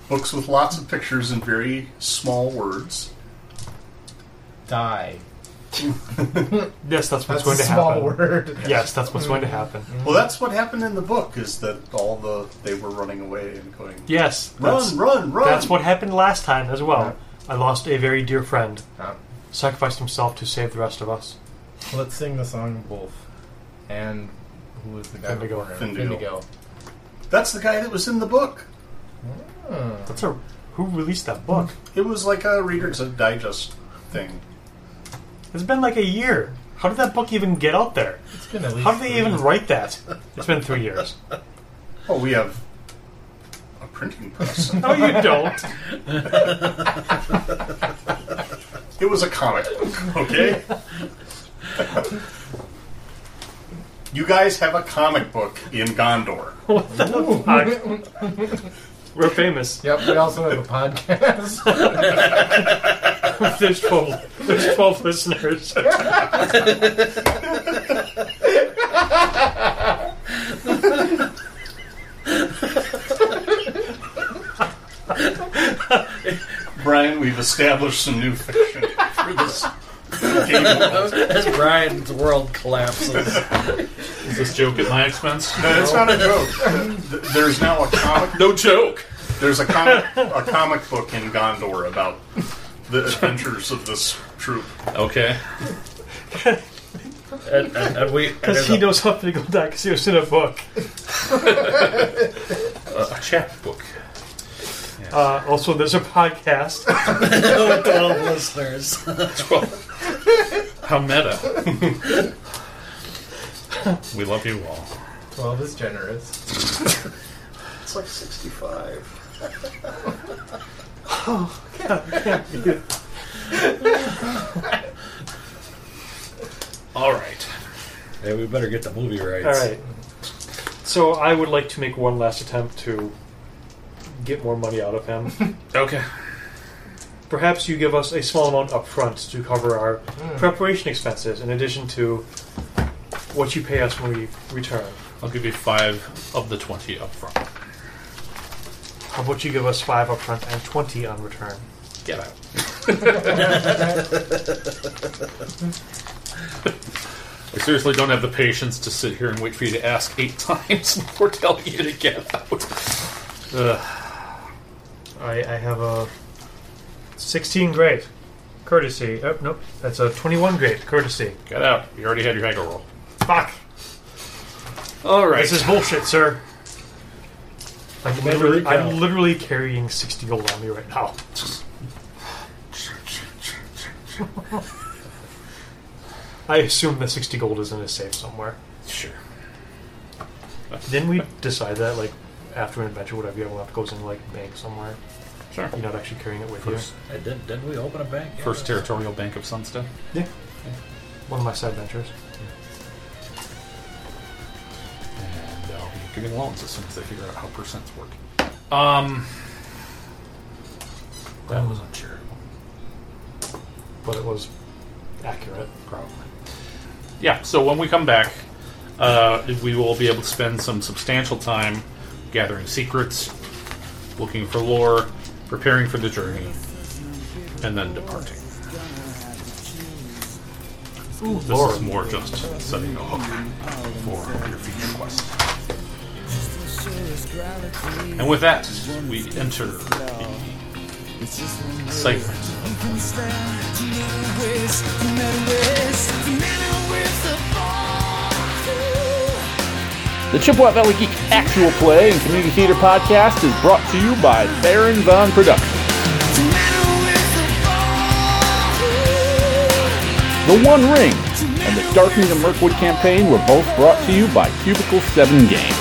books with lots of pictures and very small words.
Die.
Yes, that's
That's
what's going
a
to
small
happen.
word. Mm-hmm.
Yes, that's what's going to happen.
Well, that's what happened in the book. Is that all the they were running away and going
Yes, that's,
run, run, run?
that's what happened last time as well. I lost a very dear friend.
Oh.
Sacrificed himself to save the rest of us.
Let's sing the song Wolf. And who was the guy?
Bendigo.
before him?
Bendigo. That's the guy that was in the book.
That's a who released that book?
It was like a Reader's Digest thing.
It's been like a year. How did that book even get out there?
It's been at least.
How did they
three.
even write that? It's been three years.
Oh, we have a printing press.
No, you don't.
it was a comic book, okay? you guys have a comic book in Gondor.
Fuck. We're famous.
Yep, we also have a podcast.
There's twelve. There's twelve listeners.
Brian, we've established some new fiction for this game. Uh, world.
As Brian's world collapses.
Is this joke at my expense?
No, it's not a joke. Th- There's now a comic.
No joke.
There's a comic, a comic book in Gondor about the adventures of this troop.
Okay.
and, and, and we, and
Because
there's
he
a,
knows how to go die because he was in a book.
A chapbook.
Uh, also, there's a podcast.
no 12 listeners.
Twelve. How meta. we love you all.
Twelve is generous.
It's like 65.
All right.
Hey, we better get the movie rights.
All right. So I would like to make one last attempt to get more money out of him.
Okay.
Perhaps you give us a small amount up front to cover our preparation expenses, in addition to what you pay us when we return.
I'll give you five of the twenty up front.
How about you give us five up front and twenty on return?
Get out.
We're
seriously don't have the patience to sit here and wait for you to ask eight times before telling you to get out. Ugh.
I, I have a 16 grade courtesy. Oh, nope, that's a 21 grade courtesy.
get out. You already had your ankle roll.
Fuck!
All right.
This is bullshit, sir. I'm literally, I'm literally carrying 60 gold on me right now. I assume the 60 gold is in a safe somewhere.
sure.
Didn't we decide that, like, after an adventure, whatever you have left goes in, like, bank somewhere?
Sure.
You're not actually carrying it with
First,
Hey, didn't, didn't we open a bank? yet?
first territorial bank of Sunstone.
you. One of my side ventures.
and uh, they'll be giving loans as soon as they figure out how percents work. Um, that was uncharitable,
But it was accurate.
probably. Yeah. So when we come back, uh, we will be able to spend some substantial time gathering secrets, looking for lore, preparing for the journey, and then departing. this is more just setting a hook for your future quest. And with that, we enter the segment
The Chippewa Valley Geek Actual Play and Community Theater Podcast is brought to you by Baron Von Productions. The One Ring and the Darkening of Mirkwood campaign were both brought to you by Cubicle 7 Games.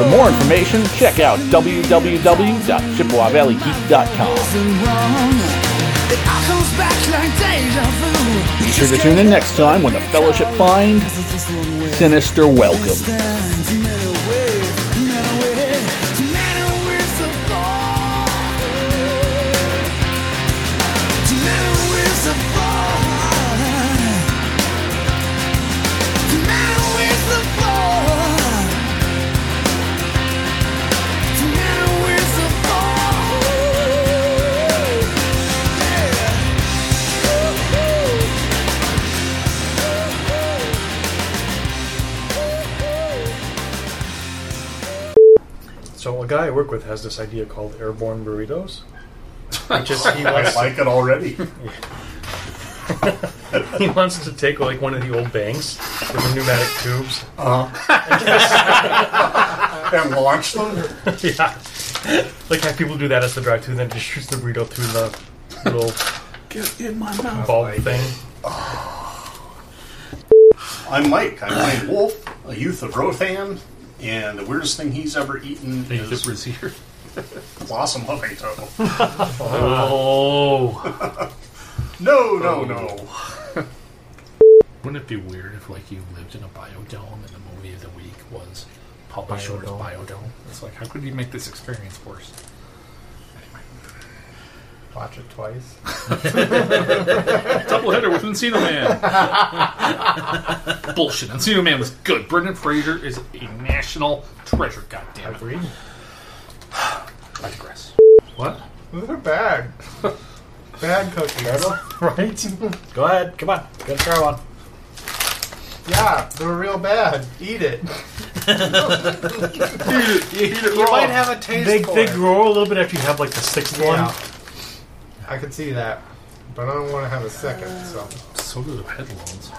For more information, check out www.chippewavalleygeek.com.
It all comes back like deja vu.
Be sure to tune in next time when the Fellowship find Sinister Welcome.
So a guy I work with has this idea called airborne burritos, which is he
I
wants,
like it already.
he wants to take like one of the old banks with the pneumatic tubes.
and launch them.
yeah, like have people do that as the drive-through, then just shoots the burrito through the little
Get in my mouth.
bulb thing.
I'm Mike. I'm playing Wolf, a youth of Rothan, and the weirdest thing he's ever eaten is
Is here.
blossom huffing turtle.
Oh,
No, no, no.
wouldn't it be weird if like you lived in a biodome and the movie of the week was Papa biodome. Short's biodome? It's like how could you make this experience worse?
Watch it twice.
Doubleheader with Encino Man. Bullshit. Encino Man was good. Brendan Fraser is a national treasure. Goddamn it.
Agreed.
I digress. What?
They're bad. bad cookies.
Right?
Go ahead. Come on. Get a try one.
Yeah, they're real bad. Eat it.
You
You might have a taste
They,
for
they
it.
grow a little bit after you have like the sixth
Yeah.
one.
I could see that, but I don't want to have a second. So
So do the headlines.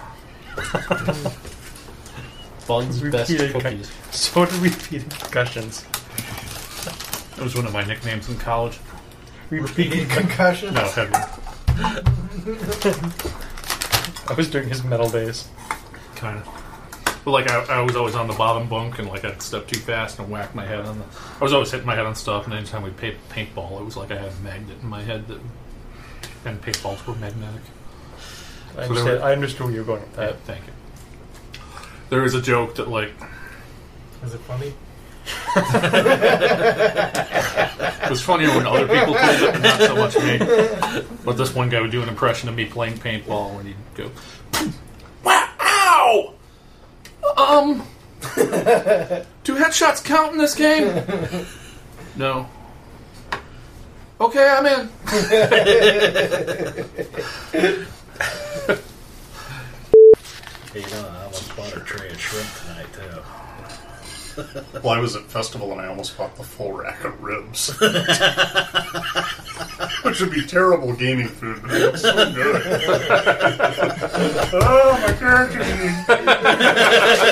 Bugs best
Repeated
cookies.
So do repeated concussions.
That was one of my nicknames in college.
Repeated. con-
concussion.
No, headline.
I was doing his metal days.
Kind of. But like I, I was always on the bottom bunk and like I'd step too fast and whack my head on the. I was always hitting my head on stuff, and anytime we paint paintball, it was like I had a magnet in my head that, and paintballs were magnetic.
I
So there
understand,
were-
I understood where you were going with
Yeah,
that.
thank you. There is a joke that like
Is it funny?
it was funnier when other people played it, but not so much me. But this one guy would do an impression of me playing paintball, and he'd go, "Wow, ow, um, do headshots count in this game? No. Okay, I'm in.
Hey, you know, I almost bought a tray of shrimp tonight, too.
Well, I was at festival and I almost bought the full rack of ribs, which would be terrible gaming food, but it was so good. oh, my character!